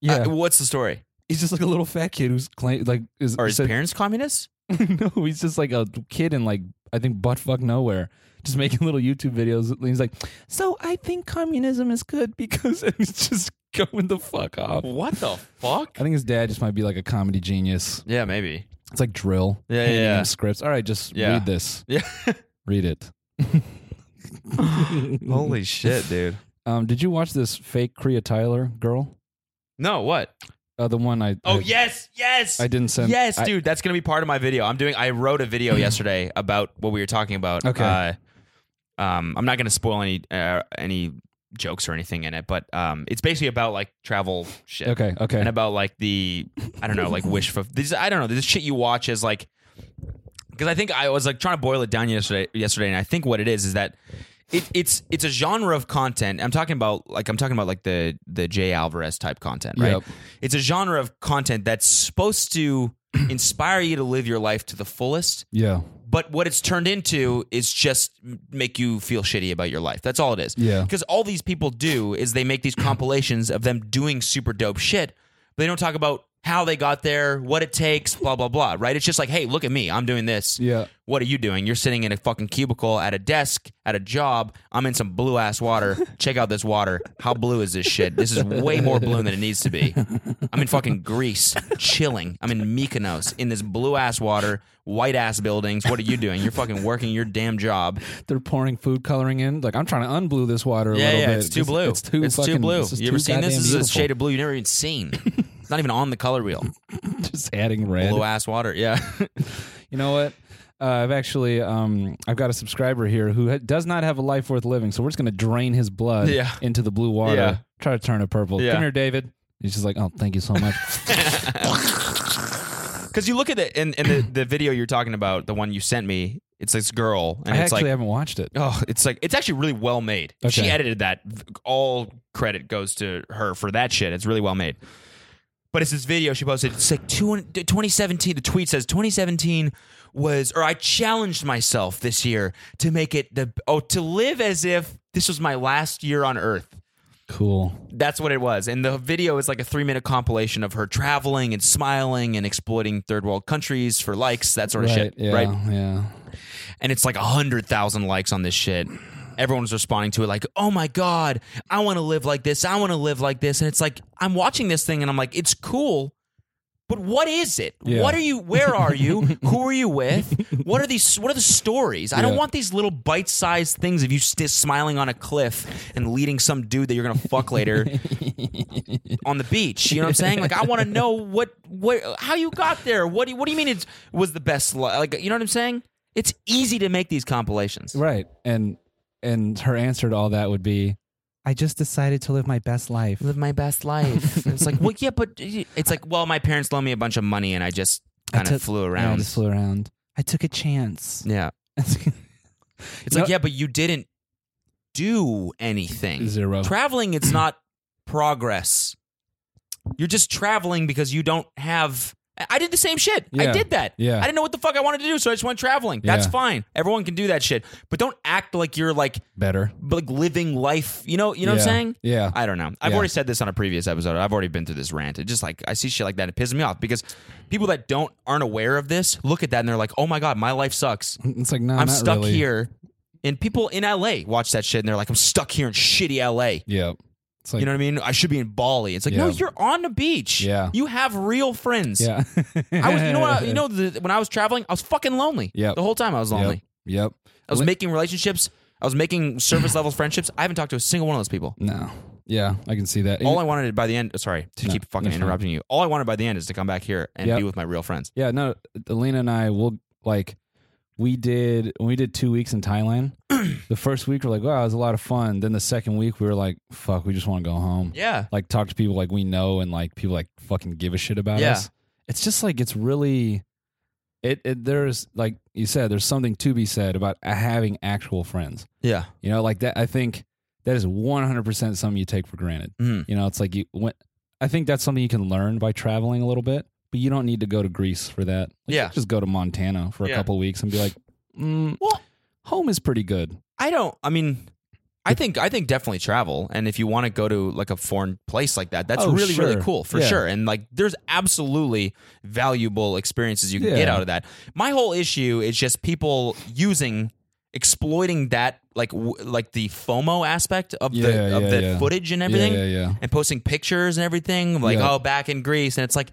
E: Yeah.
D: Uh, what's the story?
E: he's just like a little fat kid who's claim like is
D: Are his
E: said-
D: parents communists?
E: no, he's just like a kid in like I think butt fuck nowhere. Just making little YouTube videos. And he's like, so I think communism is good because and he's just going the fuck off.
D: What the fuck?
E: I think his dad just might be like a comedy genius.
D: Yeah, maybe.
E: It's like drill.
D: Yeah,
E: Handing
D: yeah.
E: him Scripts. All right, just
D: Yeah.
E: read this.
D: Yeah.
E: Read it.
D: Holy shit, dude.
E: Um, did you watch this fake Crea Tyler girl?
D: No, what?
E: Uh, the one I
D: Oh
E: I,
D: yes, yes.
E: I didn't send.
D: Yes,
E: I- Mm.
D: dude, that's gonna be part of my video. I'm doing. I wrote a video yesterday about what we were talking about.
E: Okay.
D: Uh, um, I'm not gonna spoil any uh, any jokes or anything in it, but um, it's basically about like travel shit.
E: okay. Okay.
D: And about like the I don't know, like wish for this. I don't know this shit you watch is like because I think I was like trying to boil it down yesterday. Yesterday, and I think what it is is that it, it's it's a genre of content. I'm talking about like I'm talking about like the the Jay Alvarez type content, right?
E: Yep.
D: It's a genre of content that's supposed to inspire you to live your life to the fullest,
E: Yeah.
D: but what it's turned into is just m- make you feel shitty about your life. That's all it is.
E: Yeah.
D: Because all these people do is they make these compilations of them doing super dope shit, but they don't talk about how they got there, what it takes, blah blah blah. Right? It's just like, hey, look at me, I'm doing this.
E: Yeah.
D: What are you doing? You're sitting in a fucking cubicle at a desk at a job. I'm in some blue ass water. Check out this water. How blue is this shit? This is way more blue than it needs to be. I'm in fucking Greece, chilling. I'm in Mykonos in this blue ass water, white ass buildings. What are you doing? You're fucking working your damn job.
E: They're pouring food coloring in. Like I'm trying to unblue this water a
D: Yeah,
E: little
D: yeah,
E: bit.
D: it's too blue.
E: It's too fucking,
D: blue.
E: this is
D: You ever
E: too
D: seen this? This
E: goddamn
D: is a
E: beautiful.
D: shade of blue you've never even seen. It's not even on the color wheel.
E: Just adding red.
D: Blue ass water. Yeah.
E: You know what? Uh, I've actually um, I've got a subscriber here who ha- does not have a life worth living, so we're just gonna drain his blood
D: Yeah.
E: into the blue water.
D: Yeah.
E: Try to turn it purple.
D: Yeah.
E: Come here, David. He's just like, oh, thank you so much.
D: Because you look at it in, in the, the video you're talking about, the one you sent me, it's this girl, and
E: I
D: it's
E: actually
D: like,
E: haven't watched it.
D: oh, it's like, it's actually really well made. She
E: Okay.
D: edited that. All credit goes to her for that shit. It's really well made. But it's this video she posted. It's like two, 2017. The tweet says 2017 was, or I challenged myself this year to make it the, oh, to live as if this was my last year on earth.
E: Cool.
D: That's what it was. And the video is like a three minute compilation of her traveling and smiling and exploiting third world countries for likes, that sort of shit.
E: Yeah,
D: Right.
E: Yeah.
D: And it's like 100,000 likes on this shit. Everyone's responding to it like, oh my God, I want to live like this. I want to live like this. And it's like, I'm watching this thing and I'm like, it's cool. But what is it?
E: Yeah.
D: What are you? Where are you? Who are you with? What are these? What are the stories? I don't
E: Yeah.
D: want these little bite-sized things of you st- smiling on a cliff and leading some dude that you're gonna fuck later on the beach. You know what I'm saying? Like I want to know what what how you got there. What do you, what do you mean it was the best? Li- like you know what I'm saying? It's easy to make these compilations.
E: Right. And and her answer to all that would be, I just decided to live my best life.
D: Live my best life. And it's like well yeah, but it's like well my parents loaned me a bunch of money and I just
E: I
D: kind of
E: took-
D: flew
E: I
D: around.
E: just flew around. I took a chance.
D: yeah. It's like,
E: No-
D: yeah, but you didn't do anything.
E: Zero.
D: Traveling, it's not progress. You're just traveling because you don't have. I- I did the same shit. I
E: Yeah.
D: did that.
E: Yeah.
D: I didn't know what the fuck I wanted to do, so I just went traveling. That's
E: Yeah.
D: fine. Everyone can do that shit. But don't act like you're like
E: Better.
D: like living life. You know, you know what I'm
E: Yeah.
D: saying?
E: Yeah.
D: I don't know. I've
E: Yeah.
D: already said this on a previous episode. I've already been through this rant. It just like I see shit like that. It pisses me off because people that don't aren't aware of this look at that and they're like, oh my god, my life sucks.
E: It's like no,
D: I'm
E: not
D: stuck
E: really.
D: here. And people in LA watch that shit and they're like, I'm stuck here in shitty LA.
E: Yeah. It's like
D: you know what I mean? I should be in Bali. It's like, no,
E: Yeah.
D: you're on the beach.
E: Yeah.
D: You have real friends.
E: Yeah.
D: I was, you know what? You know, the, when I was traveling, I was fucking lonely.
E: Yep.
D: The whole time I was lonely.
E: Yep. Yep.
D: I was making relationships. I was making surface level friendships. I haven't talked to a single one of those people.
E: No. Yeah, I can see that.
D: All I wanted by the end, sorry to
E: No,
D: keep fucking
E: that's fine.
D: interrupting you. All I wanted by the end is to come back here and
E: Yep.
D: be with my real friends.
E: Yeah, no, Elena and I will like we did when we did two weeks in Thailand. the first week we're like, wow, it was a lot of fun. Then the second week we were like, fuck, we just want to go home.
D: Yeah.
E: Like talk to people like we know and like people like fucking give a shit about
D: Yeah.
E: us. It's just like it's really it, it there's like you said, there's something to be said about having actual friends.
D: Yeah.
E: You know, like that. I think that is 100% something you take for granted.
D: Mhm.
E: You know, it's like you. When, I think that's something you can learn by traveling a little bit, but you don't need to go to Greece for that. Like,
D: Yeah.
E: just go to Montana for a
D: Yeah.
E: couple weeks and be like, mm,
D: Well-
E: home is pretty good.
D: I don't. I mean, I think I think definitely travel, and if you want to go to like a foreign place like that, that's
E: Oh,
D: really really
E: sure.
D: cool for
E: Yeah.
D: sure. And like, there's absolutely valuable experiences you can get
E: Yeah.
D: out of that. My whole issue is just people using exploiting that like w- like the FOMO aspect of the
E: Yeah,
D: of
E: yeah,
D: the
E: yeah.
D: footage and everything,
E: Yeah, yeah, yeah.
D: and posting pictures and everything. Like,
E: Yeah.
D: oh, back in Greece, and it's like.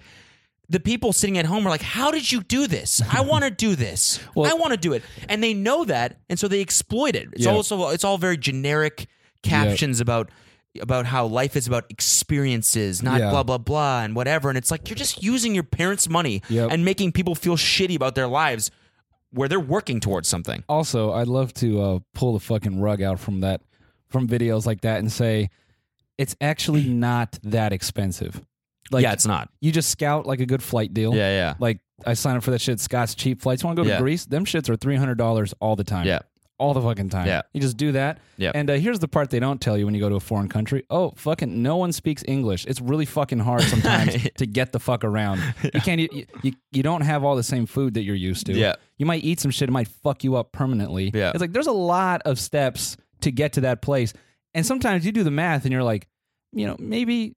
D: The people sitting at home are like, "How did you do this? I want to do this.
E: Well-
D: I want to do it," and they know that, and so they exploit it. It's
E: Yeah.
D: also it's all very generic captions about about how life is about experiences, not
E: Yeah.
D: blah blah blah and whatever. And it's like you're just using your parents' money
E: Yep.
D: and making people feel shitty about their lives where they're working towards something.
E: Also, I'd love to uh, pull the fucking rug out from that, from videos like that, and say, it's actually not that expensive. Like,
D: yeah, it's not.
E: you just scout like a good flight deal.
D: Yeah, yeah.
E: Like I sign up for that shit. Scott's cheap flights. Want to go
D: Yeah.
E: to Greece? Them shits are three hundred dollars all the time.
D: Yeah.
E: all the fucking time.
D: Yeah.
E: You just do that.
D: Yeah.
E: And uh, here's the part they don't tell you when you go to a foreign country. Oh, fucking no one speaks English. It's really fucking hard sometimes to get the fuck around. You can't e, you, you you don't have all the same food that you're used to.
D: Yeah.
E: You might eat some shit it might fuck you up permanently.
D: Yeah.
E: It's like there's a lot of steps to get to that place. And sometimes you do the math and you're like, you know, maybe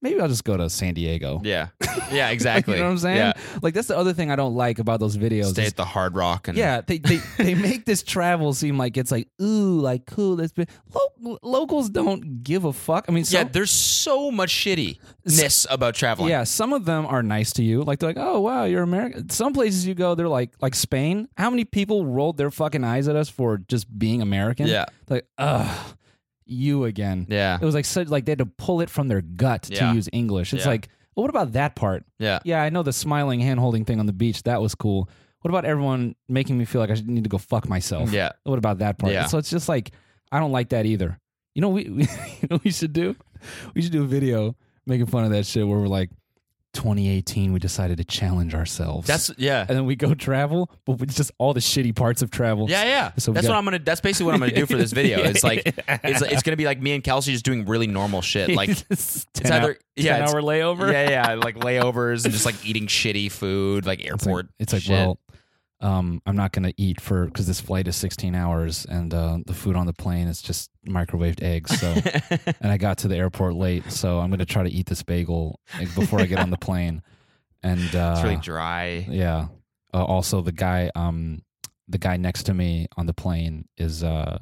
E: maybe I'll just go to San Diego.
D: Yeah. Yeah, exactly.
E: You know what I'm saying?
D: Yeah.
E: Like that's the other thing I don't like about those videos.
D: Stay
E: is-
D: at the Hard Rock and
E: yeah, they, they, they make this travel seem like it's like ooh, like cool. That's been lo- locals don't give a fuck. I mean, so,
D: yeah, there's so much shittiness about traveling.
E: yeah, some of them are nice to you. Like they're like, oh wow, you're American. Some places you go, they're like like Spain. How many people rolled their fucking eyes at us for just being American?
D: Yeah.
E: like ugh, you again.
D: Yeah.
E: it was like such like they had to pull it from their gut
D: Yeah.
E: to use English. It's
D: Yeah.
E: like, well, what about that part?
D: Yeah.
E: yeah, I know the smiling hand holding thing on the beach. That was cool. What about everyone making me feel like I should- need to go fuck myself?
D: Yeah.
E: What about that part?
D: Yeah.
E: So it's just like I don't like that either. You know we, we you know what we should do? We should do a video making fun of that shit where we're like 2018 we decided to challenge ourselves.
D: That's yeah.
E: and then we go travel, but it's just all the shitty parts of travel.
D: Yeah, yeah.
E: So we
D: that's
E: got-
D: what I'm gonna. That's basically what I'm gonna do for this video. It's like it's it's gonna be like me and Kelsey just doing really normal shit. Like
E: it's
D: it's either yeah, it's-
E: hour layover.
D: Yeah, yeah, like layovers and just like eating shitty food, like airport.
E: It's like,
D: shit.
E: well, um, I'm not going to eat for because this flight is 16 hours, and uh, the food on the plane is just microwaved eggs. So, and I got to the airport late, so I'm going to try to eat this bagel like, before I get on the plane. And uh,
D: it's really dry.
E: yeah. Uh, also, the guy, um, the guy next to me on the plane is uh,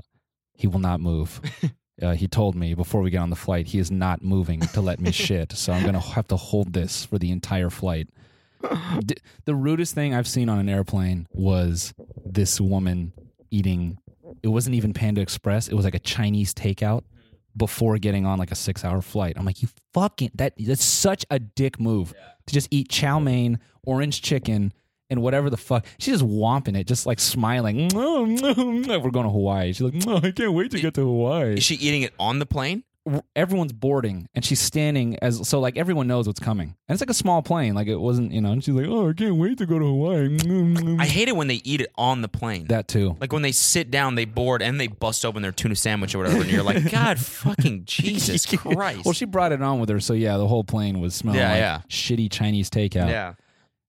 E: he will not move. Uh, he told me before we get on the flight, he is not moving to let me shit. So I'm gonna have to hold this for the entire flight. D- the rudest thing I've seen on an airplane was this woman eating. It wasn't even Panda Express. It was like a Chinese takeout before getting on like a six hour flight. I'm like, you fucking that that's such a dick move to just eat chow mein, orange chicken, and whatever the fuck. She's just womping it, just like smiling. We're going to Hawaii. She's like, "No, I can't wait to get to Hawaii.
D: Is she eating it on the plane?
E: Everyone's boarding and she's standing as so like everyone knows what's coming. And it's like a small plane. Like it wasn't, you know, and she's like, Oh, I can't wait to go to Hawaii.
D: I hate it when they eat it on the plane.
E: Mm. that too.
D: like when they sit down, they board and they bust open their tuna sandwich or whatever, and you're like, God, fucking Jesus Christ!
E: Well, she brought it on with her, so yeah, the whole plane was smelling
D: Yeah,
E: like
D: yeah.
E: shitty Chinese takeout.
D: yeah,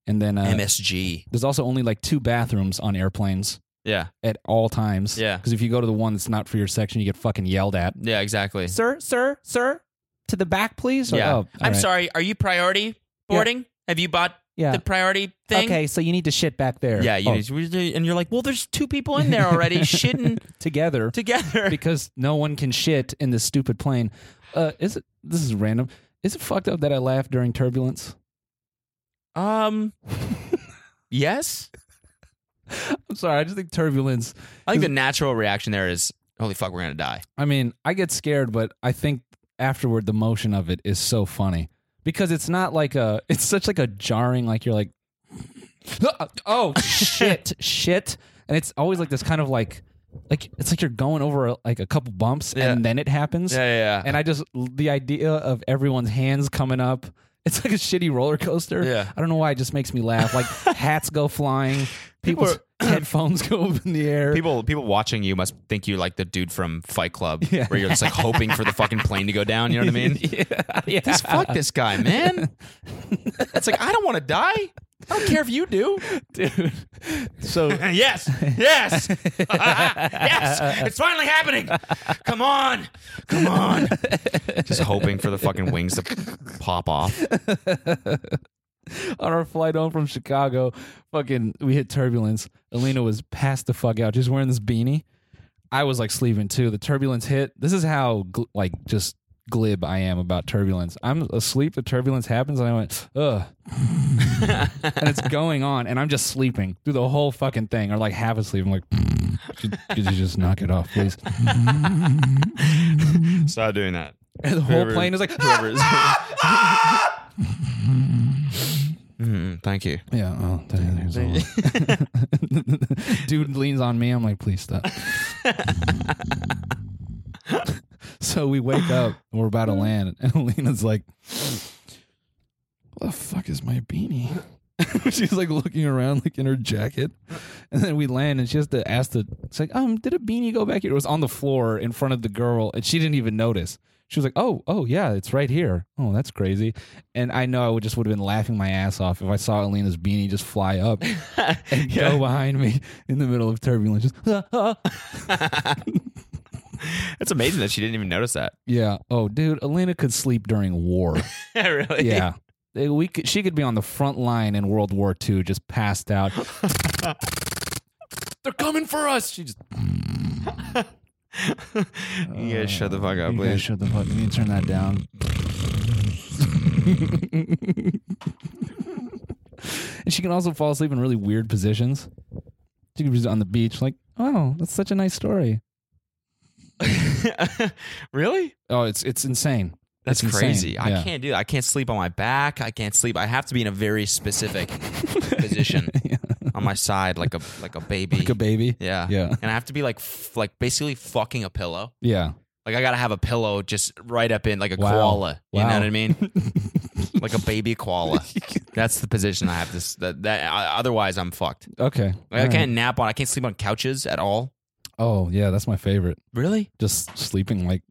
E: And then uh,
D: MSG,
E: there's also only like two bathrooms on airplanes
D: yeah,
E: at all times.
D: Yeah.
E: Because if you go to the one that's not for your section, you get fucking yelled at.
D: yeah, exactly.
E: Sir, sir, sir, to the back, please. Or-
D: yeah,
E: oh, all
D: I'm
E: right.
D: sorry. Are you priority boarding? Have you bought
E: Yeah.
D: the priority thing?
E: Okay, so you need to shit back there.
D: Yeah, you
E: Oh,
D: and you're like, well, there's two people in there already shitting
E: together
D: together.
E: because no one can shit in this stupid plane. Uh, is it? This is random. Is it fucked up that I laughed during turbulence?
D: Um, yes.
E: I'm sorry. I just think turbulence.
D: I think the natural reaction there is, holy fuck, we're gonna die.
E: I mean, I get scared, but I think afterward the motion of it is so funny because it's not like a. It's such like a jarring. Like you're like, oh shit, shit, and it's always like this kind of like, like it's like you're going over a, like a couple bumps
D: Yeah.
E: and then it happens.
D: yeah,
E: And I just the idea of everyone's hands coming up. It's like a shitty roller coaster.
D: Yeah.
E: I don't know why it just makes me laugh. Like hats go flying,
D: People
E: people's headphones go up in the air.
D: People, people watching you must think you like the dude from Fight Club,
E: Yeah.
D: where you're just like hoping for the fucking plane to go down. You know what I mean?
E: yeah, yeah.
D: This fuck this guy, man. It's like I don't want to die. I don't care if you do.
E: dude. So
D: Yes, yes, yes. It's finally happening. Come on, come on. Just hoping for the fucking wings to pop off.
E: on our flight home from Chicago, fucking we hit turbulence. Alina was passed the fuck out, just wearing this beanie. I was like sleeping too. The turbulence hit. This is how gl- like just glib I am about turbulence. I'm asleep. The turbulence happens, and I went ugh, and it's going on, and I'm just sleeping through the whole fucking thing, or like half asleep. I'm like, could, could you just knock it off, please?
D: Stop doing that.
E: And the whole plane is like, "Ah!"
D: Mm, thank you.
E: yeah. Oh, that- there's all that. Dude leans on me. I'm like, please stop. so we wake up and we're about to land, and Alina's like, "What the fuck is my beanie?" She's like looking around, like in her jacket, And then we land, and she has to ask the. It's like, um, did a beanie go back here? It was on the floor in front of the girl, and she didn't even notice. She was like, "Oh, oh yeah, it's right here. Oh, that's crazy." And I know I would just would have been laughing my ass off if I saw Alina's beanie just fly up and go behind me in the middle of turbulence. Just,
D: It's amazing that she didn't even notice that.
E: yeah. Oh, dude, Alina could sleep during war.
D: really?
E: Yeah. They- We could, she could be on the front line in World War II, just passed out. They're coming for us. She just
D: You guys shut the fuck up,
E: You guys
D: please.
E: shut the fuck. You need to turn that down. and she can also fall asleep in really weird positions. She could be on the beach, like, oh, that's such a nice story.
D: really?
E: Oh, it's it's insane.
D: That's
E: It's insane.
D: crazy. I
E: Yeah.
D: can't do that. I can't sleep on my back. I can't sleep. I have to be in a very specific position on my side, like a like a baby.
E: Like a baby.
D: yeah.
E: Yeah.
D: And I have to be like f- like basically fucking a pillow.
E: Yeah.
D: Like I gotta have a pillow just right up in like a
E: Wow.
D: koala. You
E: Wow.
D: know what I mean? like a baby koala. That's the position I have to. s- That, that I, otherwise I'm fucked.
E: Okay.
D: Like, I
E: All right.
D: can't nap on. I can't sleep on couches at all.
E: Oh yeah, that's my favorite.
D: Really?
E: Just sleeping like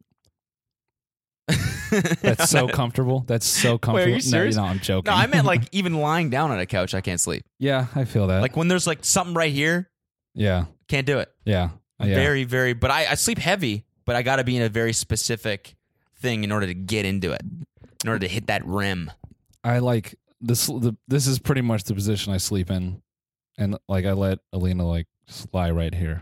E: that's so comfortable. That's so comfortable.
D: you
E: No,
D: serious?
E: No, I'm joking.
D: No, I meant like even lying down on a couch, I can't sleep.
E: yeah, I feel that.
D: Like when there's like something right here,
E: yeah,
D: can't do it.
E: yeah, uh, yeah.
D: Very, very. But I, I sleep heavy, but I got to be in a very specific thing in order to get into it, in order to hit that rim.
E: I like this. The, this is pretty much the position I sleep in, and like I let Alina like just lie right here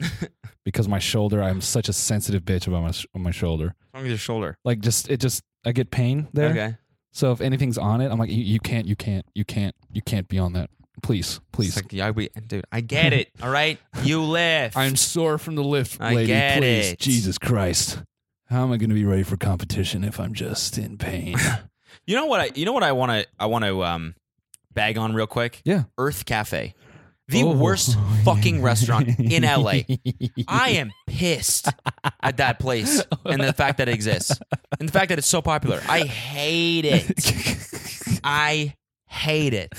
E: because my shoulder. I'm such a sensitive bitch about my sh- on my shoulder.
D: What's wrong with your shoulder?
E: Like just it just I get pain there.
D: Okay.
E: So if anything's on it, I'm like you, you can't, you can't, you can't, you can't be on that. Please,
D: It's
E: please.
D: like, yeah, we, dude, I get it. All right. You live.
E: I'm sore from the lift,
D: I
E: lady.
D: get
E: please,
D: it.
E: Jesus Christ. How am I going to be ready for competition if I'm just in pain?
D: You know what I you know what I want to I want to um bag on real quick?
E: Yeah.
D: Earth Cafe. The
E: Oh.
D: worst fucking restaurant in LA. I am pissed at that place and the fact that it exists. And the fact that it's so popular. I hate it. I hate it.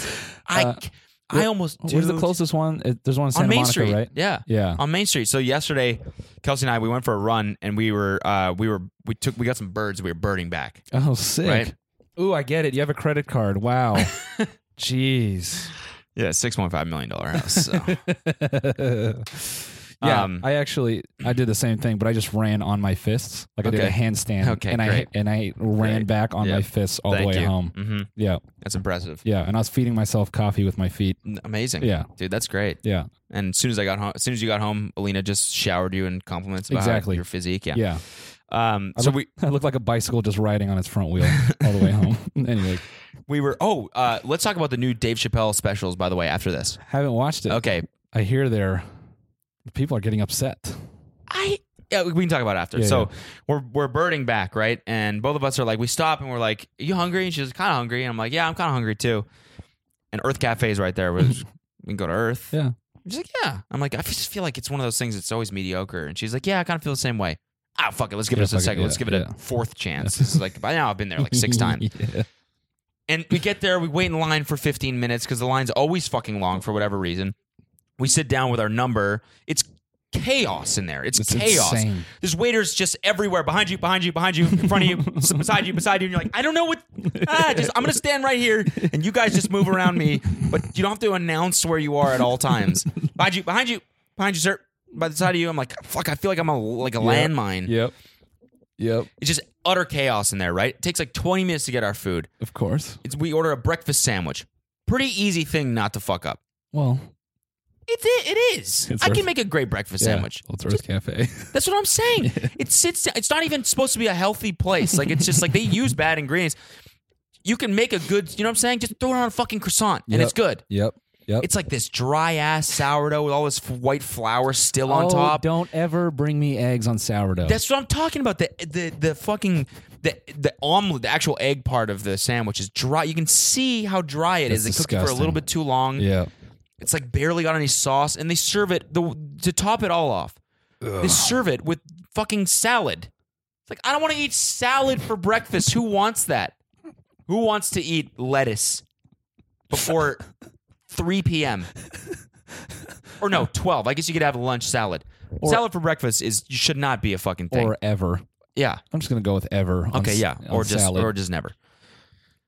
D: I
E: Uh,
D: c- I almost
E: Where's the
D: dude,
E: closest one? It- There's one in Santa
D: on Main
E: Monica,
D: Street,
E: right?
D: Yeah.
E: Yeah.
D: On Main Street. So yesterday, Kelsey and I we went for a run and we were uh we were we took we got some birds we were birding back.
E: Oh, sick.
D: Right.
E: Ooh, I get it. You have a credit card. Wow. Jeez.
D: Yeah, six point five million dollar house. So.
E: yeah,
D: Um,
E: I actually I did the same thing, but I just ran on my fists. Like I did a
D: Okay.
E: handstand,
D: Okay,
E: and
D: great.
E: I and I ran
D: Great.
E: back on my
D: Yep.
E: fists all
D: Thank
E: the way
D: you.
E: home.
D: Mhm.
E: Yeah,
D: That's impressive.
E: yeah, and I was feeding myself coffee with my feet.
D: N- Amazing.
E: Yeah.
D: dude, that's great.
E: Yeah,
D: And as soon as I got home, as soon as you got home, Alina just showered you in compliments about
E: Exactly.
D: your physique. Yeah.
E: yeah.
D: Um.
E: I
D: So
E: look,
D: we
E: I look like a bicycle just riding on its front wheel all the way home. anyway,
D: we were. Oh, uh, let's talk about the new Dave Chappelle specials. By the way, after this.
E: haven't watched it.
D: Okay.
E: I hear there people are getting upset.
D: I. Yeah, we can talk about it after.
E: Yeah,
D: so
E: yeah.
D: we're we're birding back, right? And both of us are like, we stop and we're like, "Are you hungry?" And she's kind of hungry, and I'm like, "Yeah, I'm kind of hungry too." And Earth Cafe is right there. We're just- we can go to Earth.
E: Yeah.
D: She's like, yeah. I'm like, I just feel like it's one of those things that's always mediocre. And she's like, yeah, I kind of feel the same way. Ah, fuck it. Let's give
E: Yeah,
D: it us a
E: fuck it,
D: second. Let's
E: yeah,
D: give it
E: yeah.
D: a fourth chance. this is like, by now I've been there like six times.
E: Yeah.
D: And we get there, we wait in line for 15 minutes because the line's always fucking long for whatever reason. We sit down with our number. It's chaos in there. It's,
E: It's
D: chaos.
E: insane.
D: There's waiters just everywhere behind you, behind you, behind you, in front of you, s- beside you, beside you. And you're like, I don't know what. Ah, just, I'm going to stand right here and you guys just move around me. But you don't have to announce where you are at all times. behind you, behind you, behind you, sir. By the side of you, I'm like, fuck, I feel like I'm a, like a landmine.
E: Yep. Yep.
D: It's just utter chaos in there, right? It takes like 20 minutes to get our food.
E: Of course.
D: It's, we order a breakfast sandwich. Pretty easy thing not to fuck up.
E: Well,
D: It's it, it is.
E: It's
D: I
E: Earth-
D: can make a great breakfast
E: yeah.
D: sandwich.
E: Well, it's Earth Cafe.
D: That's what I'm saying. It sits. It's not even supposed to be a healthy place. Like it's just like they use bad ingredients. You can make a good. You know what I'm saying? Just throw it on a fucking croissant and
E: Yep.
D: it's good.
E: yep. Yep.
D: It's like this dry ass sourdough with all this f- white flour still on
E: oh,
D: top.
E: Don't ever bring me eggs on sourdough.
D: That's what I'm talking about. The the the fucking the the omelet, the actual egg part of the sandwich is dry. You can see how dry it is.
E: That's
D: They cook it for a little
E: disgusting.
D: bit too long.
E: yeah.
D: It's like barely got any sauce, and they serve it the to top it all off. They serve it with fucking salad. It's like I don't want to eat salad for breakfast. Who wants that? Who wants to eat lettuce before 3 p.m.? or no, twelve. I guess you could have a lunch salad. salad for breakfast is should not be a fucking thing.
E: or ever.
D: yeah.
E: I'm just gonna go with ever. on
D: Okay.
E: s-
D: Yeah.
E: on
D: Or just
E: salad.
D: or just never.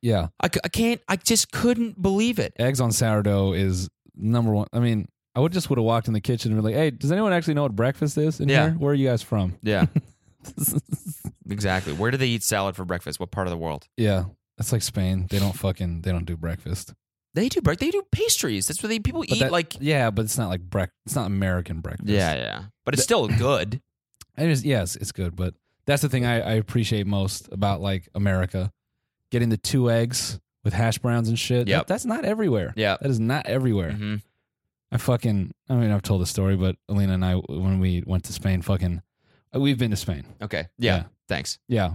E: yeah.
D: I, c- I can't. I just couldn't believe it.
E: Eggs on sourdough is number one. I mean, I would just would have walked in the kitchen and been like, "Hey, does anyone actually know what breakfast is in
D: Yeah.
E: here? Where are you guys from?"
D: Yeah. exactly. Where do they eat salad for breakfast? What part of the world?
E: Yeah, that's like Spain. They don't fucking they don't do breakfast.
D: They do break. They do pastries. That's what they people
E: But
D: eat.
E: that-
D: like
E: yeah, but it's not like break. It's not American breakfast.
D: yeah, yeah. But it's still good.
E: It is, yes, it's good, but that's the thing I, I appreciate most about like America, getting the two eggs with hash browns and shit.
D: Yep.
E: That- that's not everywhere.
D: Yep.
E: that is not everywhere.
D: Mhm.
E: I fucking, I mean, I've told the story, but Alina and I, when we went to Spain, fucking, uh, we've been to Spain.
D: Okay. Yeah.
E: Yeah.
D: Thanks.
E: Yeah,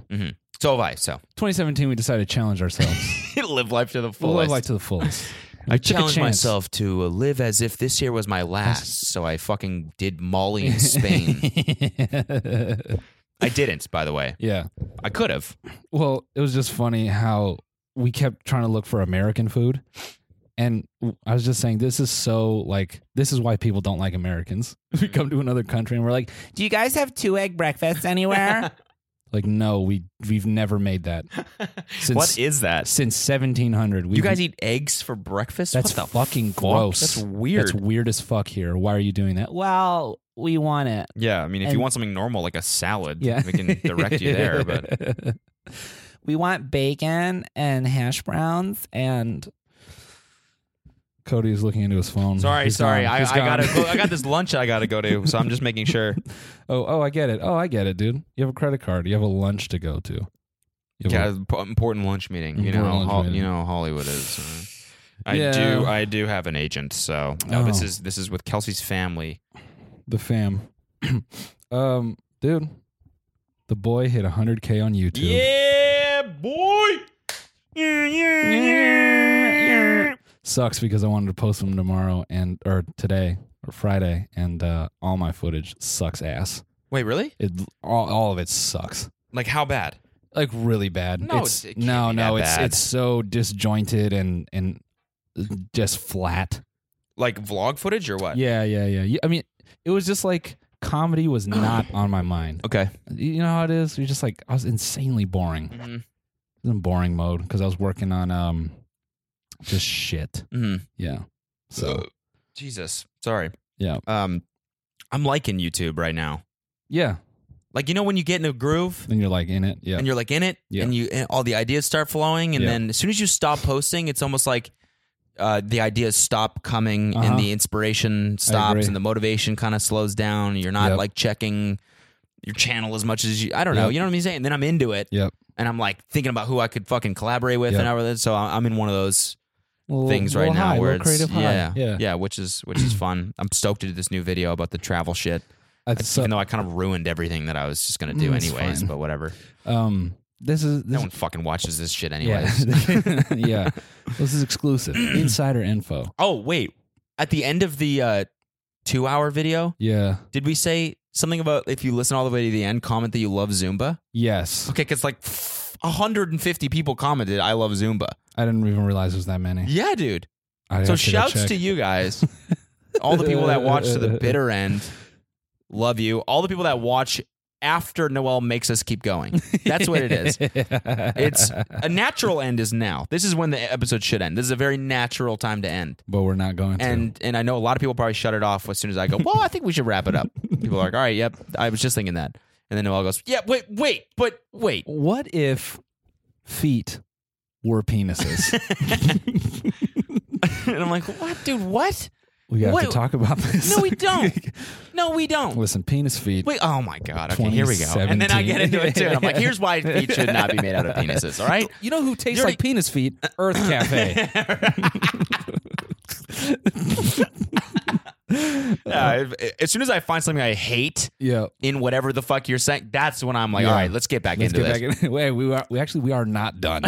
D: So have I. So
E: 2017, we decided to challenge ourselves,
D: live life to the fullest.
E: we'll live life to the fullest.
D: I
E: Took a
D: challenged
E: chance.
D: myself to uh, live as if this year was my last, so I fucking did Molly in Spain. I didn't, by the way.
E: yeah.
D: I could have.
E: Well, it was just funny how we kept trying to look for American food. And I was just saying, this is so like, this is why people don't like Americans. We
D: Mm-hmm.
E: come to another country and we're like,
G: Do you guys have two egg breakfasts anywhere?
E: like no, we we've never made that Since-
B: what is that?
E: since 1700. We've,
D: You guys eat eggs for breakfast?
E: that's
D: what the
E: fucking
D: fuck?
E: gross.
D: That's weird.
E: That's weird as fuck here. Why are you doing that? Well, we want it.
B: Yeah, I mean, if you
E: And-
B: want something normal like a salad,
E: Yeah,
B: we can direct you there. But
E: we want bacon and hash browns and. Cody is looking into his phone.
B: sorry,
E: He's
B: sorry,
E: gone.
B: I,
E: He's
B: I gotta,
E: gone.
B: go, I got this lunch I gotta go to, so I'm just making sure.
E: Oh, oh, I get it. Oh, I get it, dude. You have a credit card. You have a lunch to go to. You have
B: Got
E: a-
B: an imp- important lunch meeting. You
E: Important
B: know,
E: lunch
B: Hol-
E: meeting.
B: you know, how Hollywood is. uh, I
E: Yeah.
B: do, I do have an agent. So uh, this
E: Oh.
B: is this is with Kelsey's family.
E: the fam. um, dude, the boy hit 100k on YouTube.
B: Yeah, boy.
E: Sucks because I wanted to post them tomorrow and or today or Friday, and uh, all my footage sucks ass.
D: Wait, really?
E: It all, all of it sucks.
D: Like how bad?
E: like really bad.
D: No,
E: it's,
D: it can't
E: no,
D: be
E: no.
D: that
E: It's
D: bad.
E: it's so disjointed and and just flat.
D: Like vlog footage or what?
E: Yeah, yeah, yeah, yeah. I mean, it was just like comedy was not on my mind.
D: Okay.
E: You know how it is. You're just like I was insanely boring.
B: Mm-hmm,
E: I
D: Mhm.
E: was in boring mode because I was working on um, just shit.
B: mm-hmm.
D: Mhm.
E: Yeah.
D: Uh,
E: So
D: Jesus. Sorry.
E: Yeah.
D: Um, I'm liking YouTube right now.
E: yeah,
D: Like you know when you get in a groove.
E: then you're like in it. Yeah.
D: and you're like in it
E: Yeah.
D: and you and all the ideas start flowing and
E: Yeah.
D: then as soon as you stop posting it's almost like uh, the ideas stop coming
E: Uh-huh.
D: and the inspiration stops
E: agree.
D: and the motivation kind of slows down you're not
E: Yep.
D: like checking your channel as much as you i don't know
E: Yep.
D: you know what i'm saying and then i'm into it
E: Yep.
D: and i'm like thinking about who i could fucking collaborate with
E: Yep.
D: and everything so I- i'm in one of those
E: Little-
D: things right
E: little
D: now
E: high,
D: where
E: little
D: it's
E: creative high.
D: yeah,
E: yeah.
D: which is which is fun i'm stoked to do this new video about the travel shit
E: I- so-
D: even though i kind of ruined everything that i was just gonna
E: Mm,
D: do
E: it's
D: anyways
E: fine.
D: but whatever
E: um, this is this
D: no one fucking watches this shit
E: Yeah.
D: anyways.
E: yeah. This is exclusive. Insider info.
D: oh, wait. At the end of the uh, two hour video,
E: Yeah.
D: did we say something about if you listen all the way to the end, comment that you love Zumba?
E: Yes.
D: Okay, because like f- 150 people commented, I love Zumba.
E: I didn't even realize it was that many.
D: Yeah, dude.
E: I
D: so
E: have to go
D: shouts
E: check.
D: to you guys. all the people that watch to the bitter end, love you. All the people that watch after Noel makes us keep going. That's what it is. It's a natural end is now. This is when the episode should end. This is a very natural time to end.
E: but we're not going to.
D: and and I know a lot of people probably shut it off as soon as I go. Well, I think we should wrap it up. People are like, all right, yep. I was just thinking that, and then Noel goes, yeah, wait, wait, but wait.
E: what if feet were penises?
D: And I'm like, what, dude? What?
E: we have
D: What-
E: to talk about this.
D: No, we don't. No, we don't.
E: Listen, penis feet.
D: Wait. Oh my god. Okay, here we go. And then I get into it too. And I'm like, here's why feet should not be made out of penises. All right.
E: You know who tastes
D: You're-
E: like penis feet? Earth Cafe.
D: Uh, if- as soon as I find something I hate
E: yeah.
D: in whatever the fuck you're saying, that's when I'm like,
E: Yeah.
D: all right, let's get back
E: Let's
D: into
E: get
D: this.
E: back in. Wait, we are we actually we are not done.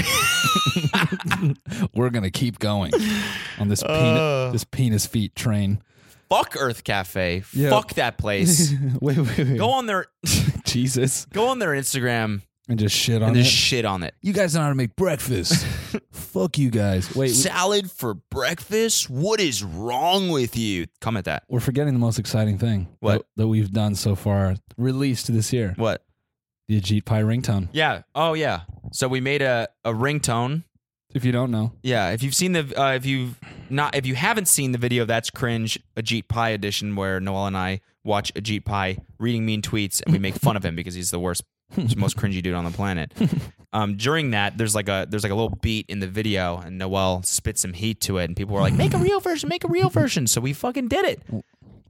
E: We're gonna keep going on this
D: Uh.
E: penis, this penis feet train.
D: Fuck Earth Cafe.
E: Yeah.
D: Fuck that place.
E: wait, wait, wait.
D: Go on their
E: Jesus.
D: go on their Instagram
E: and just shit on
D: and
E: it.
D: then shit on it.
E: you guys know how to make breakfast. Fuck you guys. Wait, we-
D: Salad for breakfast? What is wrong with you? Comment that.
E: we're forgetting the most exciting thing
D: What?
E: That, that we've done so far, released this year.
D: What?
E: The Ajit Pai ringtone.
D: Yeah. Oh yeah. So we made a a ringtone.
E: If you don't know,
D: Yeah. If you've seen the uh, if you've not if you haven't seen the video of that's cringe Ajit Pai edition where Noel and I watch Ajit Pai reading mean tweets and we make fun of him because he's the worst most cringy dude on the planet. Um, during that, there's like a there's like a little beat in the video, and Noel spit some heat to it, and people were like, "Make a real version, make a real version." So we fucking did it.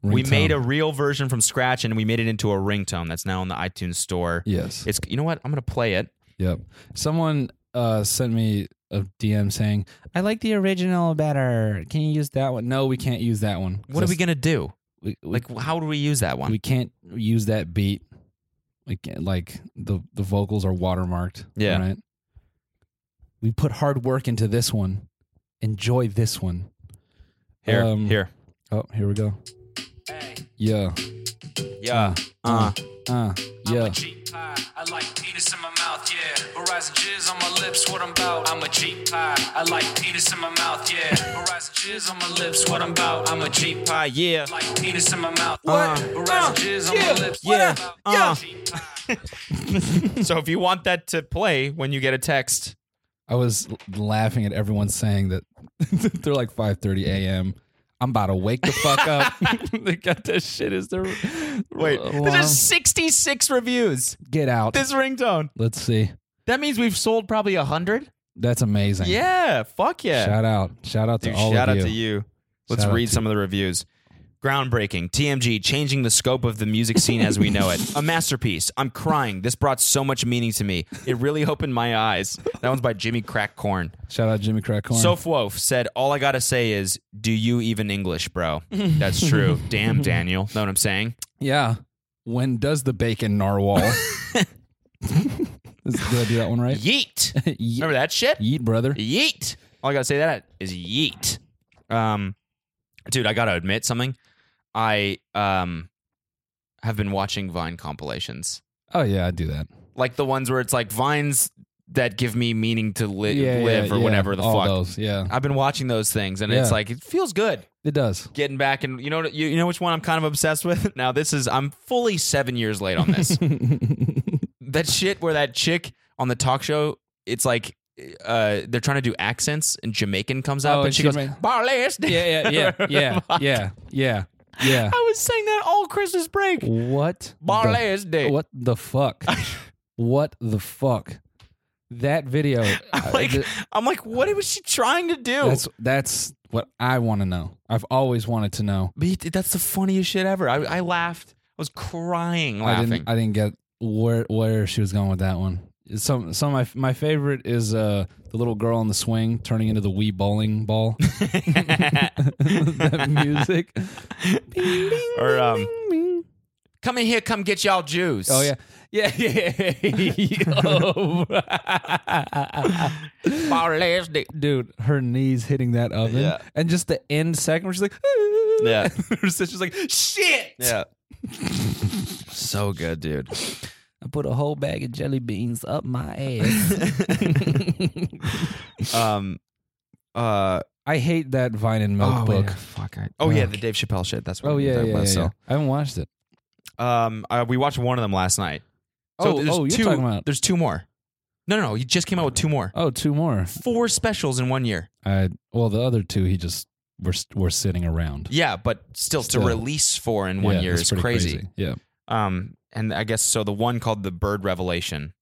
D: We
E: Ringtone.
D: made a real version from scratch, and we made it into a ringtone that's now in the iTunes store.
E: yes,
D: It's you know what? I'm gonna play it.
E: yep. Someone uh, sent me a DM saying, "I like the original better. Can you use that one?" No, we can't use that one.
D: What are we gonna do?
E: we, we,
D: Like, how do we use that one?
E: we can't use that beat. We can't, like the the vocals are watermarked.
D: Yeah.
E: Right. We put hard work into this one. Enjoy this one.
D: here,
E: um,
D: here,
E: Oh, here we go. Yeah.
D: yeah, uh,
E: Uh,
H: I'm a
E: yeah.
H: Jeep pie. I like penis in my mouth, yeah. Horizon jizz on my lips, what I'm about. I'm a Jeep pie. I like penis in my mouth, yeah. Horizon jizz on my lips, what I'm about. I'm a Jeep pie.
D: uh, yeah,
H: I Like penis in my mouth.
D: What?
H: Horizon
D: Uh,
H: jizz on my lips. what
D: yeah,
H: I'm about.
D: uh.
H: Jeep pie.
D: So if you want that to play when you get a text,
E: I was l- laughing at everyone saying that they're like 5:30 a.m. I'm about to wake the fuck up. they got that shit as their
D: wait, there's
E: alarm.
D: just 66 reviews.
E: get out.
D: This ringtone.
E: Let's see.
D: That means we've sold probably a hundred.
E: That's amazing.
D: Yeah, fuck yeah.
E: Shout out. Shout out to
D: Dude,
E: all
D: shout
E: of
D: out
E: you.
D: to you. Let's
E: Shout out
D: read
E: to-
D: some of the reviews. Groundbreaking. TMG changing the scope of the music scene as we know it. A masterpiece. I'm crying. This brought so much meaning to me. It really opened my eyes. That one's by Jimmy Crackcorn.
E: Shout out Jimmy Crackhorn.
D: Sofwof said, All I gotta say is, do you even English, bro? That's true. Damn, Daniel. Know what I'm saying?
E: Yeah. When does the bacon narwhal? Is- Did I do that one right?
D: Yeet.
E: Yeet,
D: Remember that shit?
E: Yeet, brother.
D: Yeet. All I gotta say that is yeet. Um, dude, I gotta admit something. I um have been watching Vine compilations,
E: Oh yeah, I do that.
D: like the ones where it's like vines that give me meaning to li- live or
E: yeah.
D: whatever the
E: All
D: fuck.
E: Those, yeah,
D: I've been watching those things, and it's
E: Yeah.
D: like it feels good.
E: it does.
D: getting back and you know you, you know which one I'm kind of obsessed with. Now this is I'm fully 7 years late on this. that shit where that chick on the talk show it's like uh, they're trying to do accents and Jamaican comes up
E: Oh,
D: and
E: and
D: she
E: she
D: goes
E: made-
D: Barless.
E: Yeah, yeah, yeah, yeah, yeah, yeah, yeah.
D: I was saying that all Christmas break.
E: What?
D: Barless
E: The,
D: day.
E: what the fuck? what the fuck? That video.
D: I'm like
E: uh,
D: I'm like what was she trying to do?
E: that's that's what I want to know. I've always wanted to know.
D: But it- that's the funniest shit ever. I, I laughed. I was crying
E: I
D: laughing.
E: didn't. I didn't get where where she was going with that one. Some some of my my favorite is uh the little girl on the swing turning into the wee bowling ball. that music. Bing, bing,
D: Or, um,
E: bing, bing.
D: come in here, come get y'all juice.
E: Oh yeah, yeah, yeah. Yo.
D: Barless day.
E: Dude, her knees hitting that oven,
D: Yeah.
E: and just the end second where she's like,
D: Yeah.
E: her sister's like, shit.
D: Yeah. so good, dude.
E: I put a whole bag of jelly beans up my ass.
D: Um uh
E: I hate that Vine and Milk book.
D: fuck I, Oh yeah, the Dave Chappelle shit. That's what
E: Oh
D: we were
E: yeah, yeah,
D: talking
E: yeah,
D: about.
E: yeah. I haven't watched it.
D: So um uh, we watched one of them last night. So
E: Oh,
D: there's
E: oh, you're
D: two,
E: talking about-
D: there's two more. No, no, no. He just came out with two more.
E: Oh, two more.
D: Four specials in one year.
E: I well, the other two he just were were sitting around.
D: Yeah, but still,
E: Still.
D: to release four in one
E: Yeah,
D: year
E: that's
D: is
E: pretty
D: crazy.
E: Yeah.
D: Um and I guess so the one called The Bird Revelation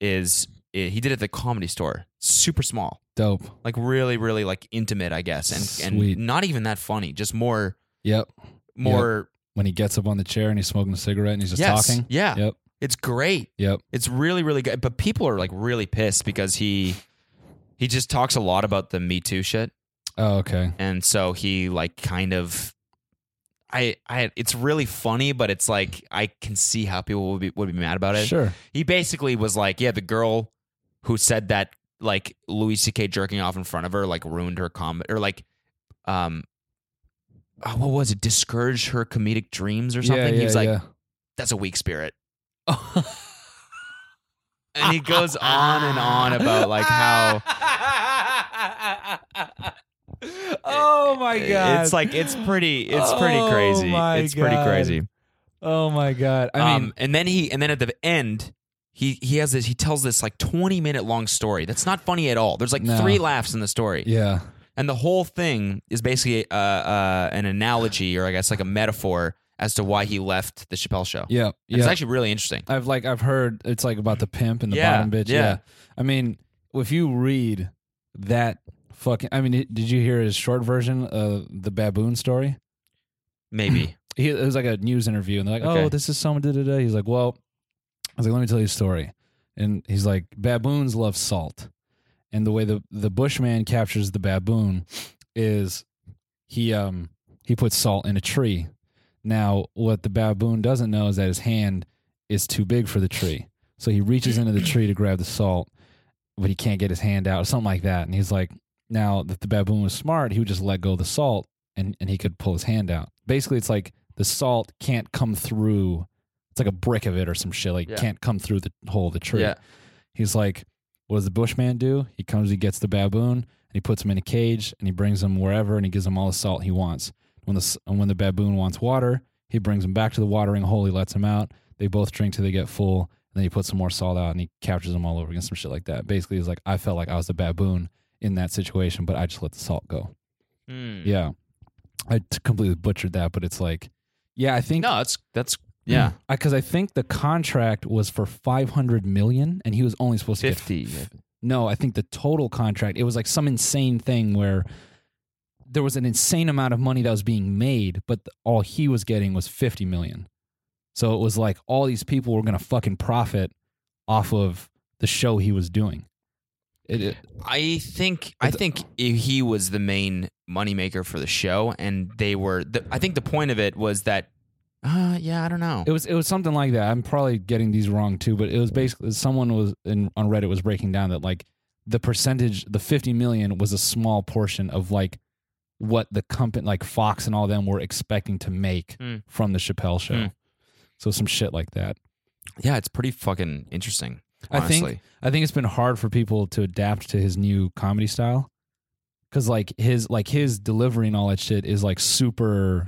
D: is it, he did it at the comedy store. Super small.
E: Dope.
D: Like really, really like intimate, I guess. And
E: Sweet.
D: and not even that funny, just more
E: Yep.
D: more
E: When he gets up on the chair and he's smoking a cigarette and he's just
D: yes,
E: talking.
D: Yeah.
E: Yep.
D: It's great.
E: Yep.
D: It's really, really good. But people are like really pissed because he he just talks a lot about the Me Too shit.
E: Oh, okay.
D: And so he like kind of I I it's really funny, but it's like I can see how people would be would be mad about it.
E: Sure.
D: He basically was like, Yeah, the girl who said that like Louis C.K. jerking off in front of her like ruined her comedy or like um oh, what was it? Discouraged her comedic dreams or something.
E: Yeah, yeah,
D: he was like,
E: yeah.
D: That's a weak spirit. and he goes on and on about like how
E: oh my god!
D: it's like it's pretty it's pretty
E: Oh
D: crazy.
E: my
D: It's pretty
E: God.
D: crazy.
E: oh my god! I
D: I
E: mean,
D: mean, Um, and then he and then at the end, he he has this he tells this like 20 minute long story. That's not funny at all. There's like
E: No.
D: three laughs in the story.
E: yeah,
D: And the whole thing is basically uh, uh, an analogy or I guess like a metaphor as to why he left the Chappelle show.
E: yeah,
D: And It's
E: yeah.
D: actually really interesting.
E: I've like I've heard it's like about the pimp and the
D: Yeah,
E: bottom bitch.
D: yeah.
E: Yeah. I mean, if you read that fucking, I mean, did you hear his short version of the baboon story?
D: Maybe.
E: he, it was like a news interview, and they're like,
D: Okay.
E: "Oh, this is someone." Da, da, da. He's like, "Well," I was like, "Let me tell you a story," and he's like, "Baboons love salt," and the way the the bushman captures the baboon is he um he puts salt in a tree. Now, what the baboon doesn't know is that his hand is too big for the tree, so he reaches into the tree to grab the salt, but he can't get his hand out, or something like that. And he's like, "Now that the baboon was smart, he would just let go of the salt." and and he could pull his hand out. Basically, it's like the salt can't come through. It's like a brick of it or some shit. Like
D: Yeah.
E: can't come through the hole of the tree.
D: Yeah.
E: He's like, what does the bushman do? He comes, he gets the baboon, and he puts him in a cage, and he brings him wherever, and he gives him all the salt he wants. When the s- and when the baboon wants water, he brings him back to the watering hole. He lets him out. They both drink till they get full, and then he puts some more salt out, and he captures them all over again, some shit like that. Basically, he's like, I felt like I was the baboon in that situation, but I just let the salt go.
D: Hmm.
E: Yeah. I t- completely butchered that, but it's like, yeah, I think
D: No, that's that's
E: Mm.
D: yeah.
E: because I think the contract was for five hundred million, and he was only supposed to
D: Fifty.
E: get fifty. No, I think the total contract. It was like some insane thing where there was an insane amount of money that was being made, but th- all he was getting was fifty million. So it was like all these people were gonna fucking profit off of the show he was doing. It, it-
D: I think I think i- he was the main moneymaker for the show, and they were. The, I think the point of it was that. Uh, yeah, I don't know.
E: It was it was something like that. I'm probably getting these wrong too, but it was basically someone was in on Reddit was breaking down that like the percentage, the 50 million was a small portion of like what the company, like Fox and all them, were expecting to make
D: Hmm.
E: from the Chappelle show.
D: Hmm.
E: So some shit like that.
D: yeah, it's pretty fucking interesting.
E: I
D: Honestly,
E: think I think it's been hard for people to adapt to his new comedy style because like his like his delivery and all that shit is like super.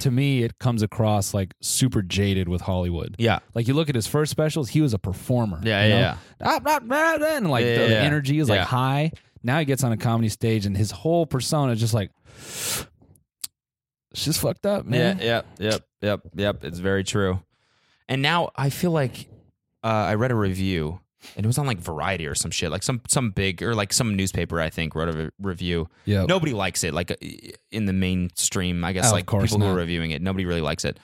E: to me, it comes across like super jaded with Hollywood.
D: Yeah,
E: Like you look at his first specials, he was a performer.
D: yeah,
E: you
D: yeah,
E: know?
D: yeah.
E: Ah, blah, blah, blah, and like
D: Yeah,
E: the,
D: yeah,
E: the
D: yeah.
E: energy is like
D: Yeah.
E: high. Now he gets on a comedy stage and his whole persona is just like it's just fucked up, man.
D: Yeah, yep, yep, yep, yep. It's very true. And now I feel like uh, I read a review, and it was on like Variety or some shit, like some some big or like some newspaper I think wrote a re- review.
E: Yeah.
D: nobody likes it. Like uh, in the mainstream, I
E: Oh,
D: guess,
E: of
D: like
E: course
D: people who are
E: not.
D: reviewing it, nobody really likes it.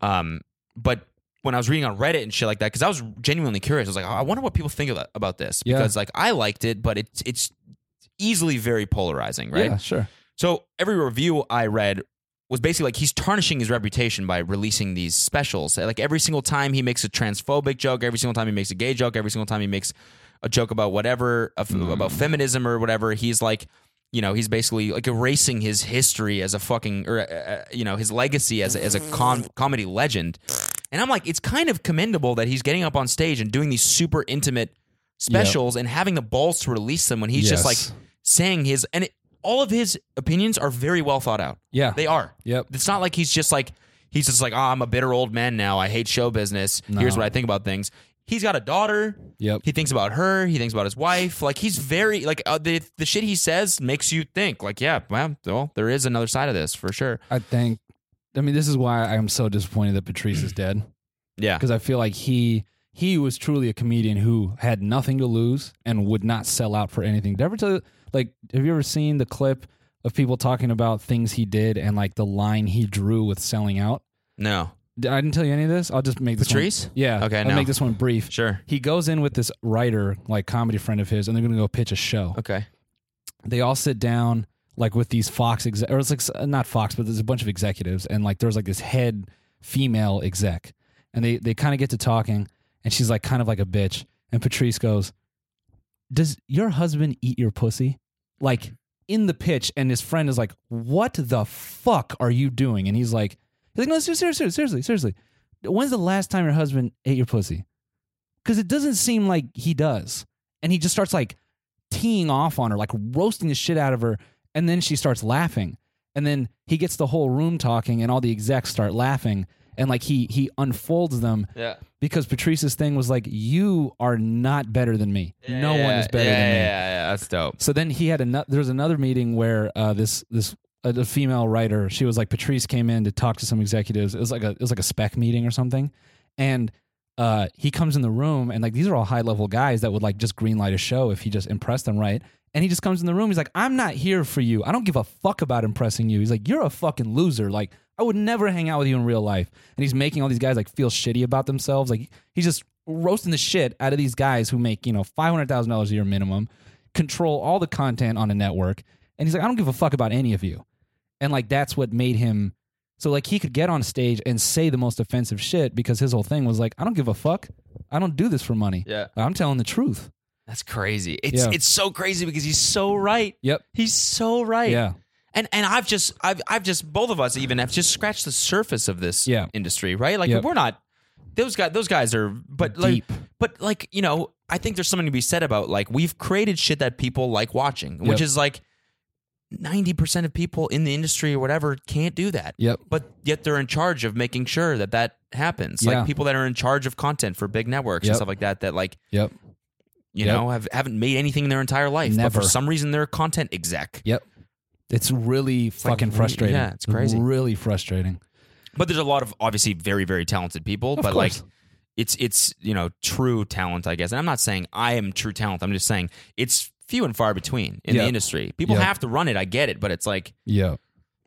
D: Um, but when I was reading on Reddit and shit like that, because I was genuinely curious, I was like, "Oh, I wonder what people think about, about this
E: Yeah.
D: because like I liked it, but it's it's easily very polarizing, right?
E: Yeah, sure.
D: So every review I read was basically like he's tarnishing his reputation by releasing these specials. Like every single time he makes a transphobic joke, every single time he makes a gay joke, every single time he makes a joke about whatever of, about feminism or whatever, he's like, you know, he's basically like erasing his history as a fucking or uh, uh, you know his legacy as a, as a com- comedy legend. And I'm like, it's kind of commendable that he's getting up on stage and doing these super intimate specials and having the balls to release them when he's just like
E: Yes.
D: saying his and it, all of his opinions are very well thought out.
E: Yeah.
D: They are.
E: Yep.
D: It's not like he's just like he's just like, "Oh, I'm a bitter old man now. I hate show business. Here's
E: No.
D: what I think about things." He's got a daughter.
E: Yep.
D: He thinks about her, he thinks about his wife. Like he's very like uh, the the shit he says makes you think like, "Yeah, well, well, there is another side of this for sure."
E: I think I mean this is why I'm so disappointed that Patrice is dead.
D: Yeah.
E: because I feel like he he was truly a comedian who had nothing to lose and would not sell out for anything. Did I ever tell you, like have you ever seen the clip of people talking about things he did and like the line he drew with selling out?
D: No.
E: Did- I didn't tell you any of this. I'll just make this one-
D: Patrice?
E: yeah.
D: Okay,
E: I'll
D: no.
E: make this one brief.
D: Sure.
E: He goes in with this writer, like comedy friend of his, and they're gonna go pitch a show
D: Okay.
E: they all sit down like with these Fox exec or it's like s- not Fox, but there's a bunch of executives, and like there's like this head female exec, and they they kind of get to talking, and she's like kind of like a bitch, and Patrice goes, "Does your husband eat your pussy?" Like in the pitch, and his friend is like, "What the fuck are you doing?" And he's like, "He's like, no, seriously, seriously, seriously, seriously. When's the last time your husband ate your pussy?" because it doesn't seem like he does. And he just starts like teeing off on her, like roasting the shit out of her. And then she starts laughing. And then he gets the whole room talking, and all the execs start laughing. And like he he unfolds them
D: Yeah.
E: because Patrice's thing was like, "You are not better than me. no one is better
I: yeah,
E: than me."
I: Yeah, yeah, yeah, that's dope.
E: So then he had another. There was another meeting where uh, this this uh, a female writer. She was like Patrice came in to talk to some executives. It was like a it was like a spec meeting or something, and uh, he comes in the room and like these are all high level guys that would like just green light a show if he just impressed them right. And he just comes in the room. He's like, "I'm not here for you. I don't give a fuck about impressing you." He's like, "You're a fucking loser. Like I would never hang out with you in real life." And he's making all these guys like feel shitty about themselves. Like he's just roasting the shit out of these guys who make you know five hundred thousand dollars a year minimum control all the content on a network. And he's like, I don't give a fuck about any of you. And like, that's what made him so like he could get on stage and say the most offensive shit because his whole thing was like, I don't give a fuck. I don't do this for money.
D: Yeah.
E: I'm telling the truth.
I: That's crazy. It's
E: Yeah.
I: it's so crazy because he's so right.
E: Yep.
I: He's so right.
E: Yeah.
D: And and I've just I've I've just both of us even have just scratched the surface of this
E: Yeah.
D: industry, right? Like
E: Yep.
D: we're not those guys those guys are but
E: Deep.
D: like but like, you know, I think there's something to be said about like we've created shit that people like watching, which
E: Yep.
D: is like 90% of people in the industry or whatever can't do that.
E: Yep.
D: But yet they're in charge of making sure that that happens.
E: Yeah.
D: Like people that are in charge of content for big networks
E: Yep.
D: and stuff like that that like
E: Yep.
D: you
E: Yep.
D: know, have haven't made anything in their entire life, but
E: Never.
D: for some reason they're a content exec.
E: Yep. It's really
D: like
E: fucking
D: re-
E: frustrating.
D: yeah, it's crazy.
E: Really frustrating.
D: But there's a lot of obviously very very talented people,
E: Of
D: but
E: course.
D: like it's it's you know true talent, I guess. And I'm not saying I am true talent. I'm just saying it's few and far between in
E: Yeah.
D: the industry. People
E: Yeah.
D: have to run it. I get it, but it's like
E: Yeah.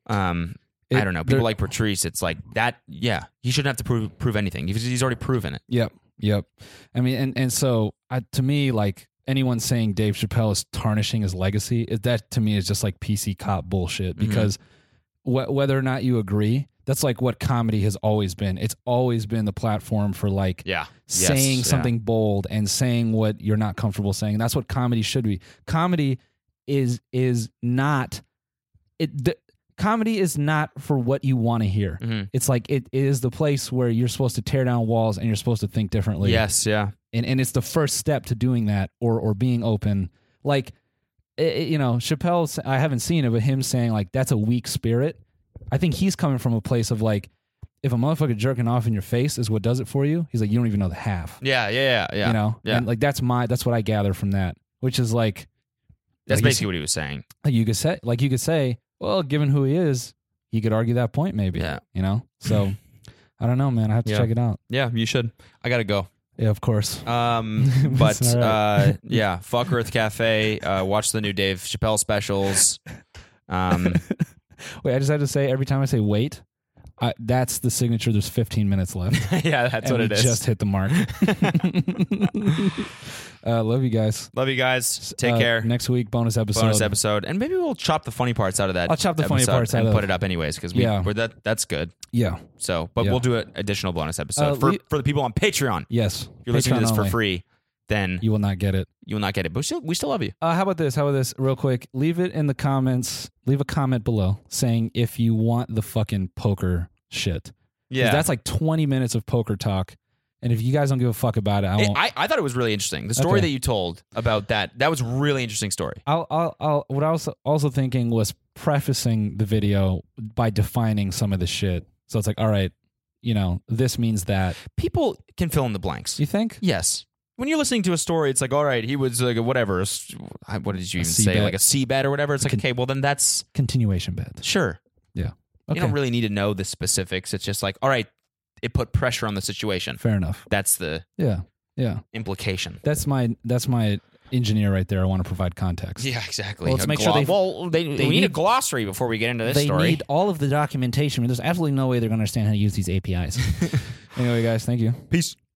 D: um
E: It-
D: I don't know. People
E: there-
D: like Patrice. It's like that. Yeah, he shouldn't have to prove prove anything. He's, he's already proven it.
E: Yep. Yep. I mean, and and so I, to me, like anyone saying Dave Chappelle is tarnishing his legacy, it, that to me is just like PC cop bullshit.
D: Mm-hmm.
E: Because wh- whether or not you agree, that's like what comedy has always been. It's always been the platform for like
D: Yeah, Yes.
E: saying
D: Yeah.
E: something bold and saying what you're not comfortable saying. That's what comedy should be. Comedy is is not it. The, comedy is not for what you want to hear.
D: Mhm.
E: It's like it, it is the place where you're supposed to tear down walls and you're supposed to think differently.
D: Yes, yeah,
E: and and it's the first step to doing that or or being open. Like i- i- you know, Chappelle. sa- I haven't seen it, but him saying like that's a weak spirit. I think he's coming from a place of like, if a motherfucker jerking off in your face is what does it for you, he's like, you don't even know the half.
D: yeah, yeah, yeah. yeah.
E: You know,
D: Yeah.
E: and like that's my that's what I gather from that, which is like
D: That's
E: like you
D: basically what he was saying.
E: like you could say like you could say, well, given who he is, he could argue that point maybe.
D: Yeah.
E: You know, so I don't know, man. I have to
D: Yeah.
E: check it out.
D: Yeah, you should. I gotta go.
E: Yeah, of course.
D: Um, but
E: That's all right.
D: uh, yeah, fuck Earth Cafe. Uh, watch the new Dave Chappelle specials. Um,
E: Wait, I just had to say every time I say wait, I, that's the signature. There's 15 minutes left.
D: yeah, that's
E: and
D: what
E: we
D: it is.
E: Just hit the mark. uh, love you guys.
D: Love you guys. Take
E: Uh,
D: care.
E: Next week, bonus episode.
D: Bonus episode, and maybe we'll chop the funny parts out of that.
E: I'll chop the funny
D: episode
E: parts out
D: and
E: of-
D: put it up anyways because we
E: Yeah.
D: we're that that's good.
E: Yeah.
D: So, but
E: Yeah.
D: we'll do an additional bonus episode
E: Uh,
D: for
E: we-
D: for the people on Patreon.
E: Yes.
D: If you're listening
E: Patreon
D: to this
E: only.
D: for free, then you,
E: You will not get it.
D: will not get it. But we still we still love you.
E: Uh, how about this? How about this? Real quick, leave it in the comments. Leave a comment below saying if you want the fucking poker shit. 'Cause
D: Yeah,
E: That's like 20 minutes of poker talk. And if you guys don't give a fuck about it, I
D: It-
E: won't.
D: I, I thought it was really interesting. The story
E: Okay.
D: that you told about that that was a really interesting story.
E: I'll, I'll, I'll, what I was also thinking was prefacing the video by defining some of the shit. So it's like, all right, you know, this means that.
D: People can fill in the blanks.
E: You think?
D: Yes. When you're listening to a story, it's like, all right, he was like a whatever. a s- I- What did you
E: A
D: even
E: sea
D: say?
E: bat.
D: Like a seabed or whatever. It's like,
E: Con-
D: okay, well then that's
E: Continuation bet.
D: sure.
E: Okay.
D: You don't really need to know the specifics. It's just like, all right, it put pressure on the situation.
E: Fair enough.
D: That's the
E: Yeah. Yeah.
D: implication.
E: That's my that's my engineer right there. I want to provide context.
D: Yeah, exactly.
E: Well, let's
D: A
E: make sure they-
D: well, they, we need, a
E: need-
D: glossary before we get into this
E: they
D: story.
E: need all of the documentation. There's absolutely no way they're going to understand how to use these APIs. anyway, guys, thank you.
D: Peace.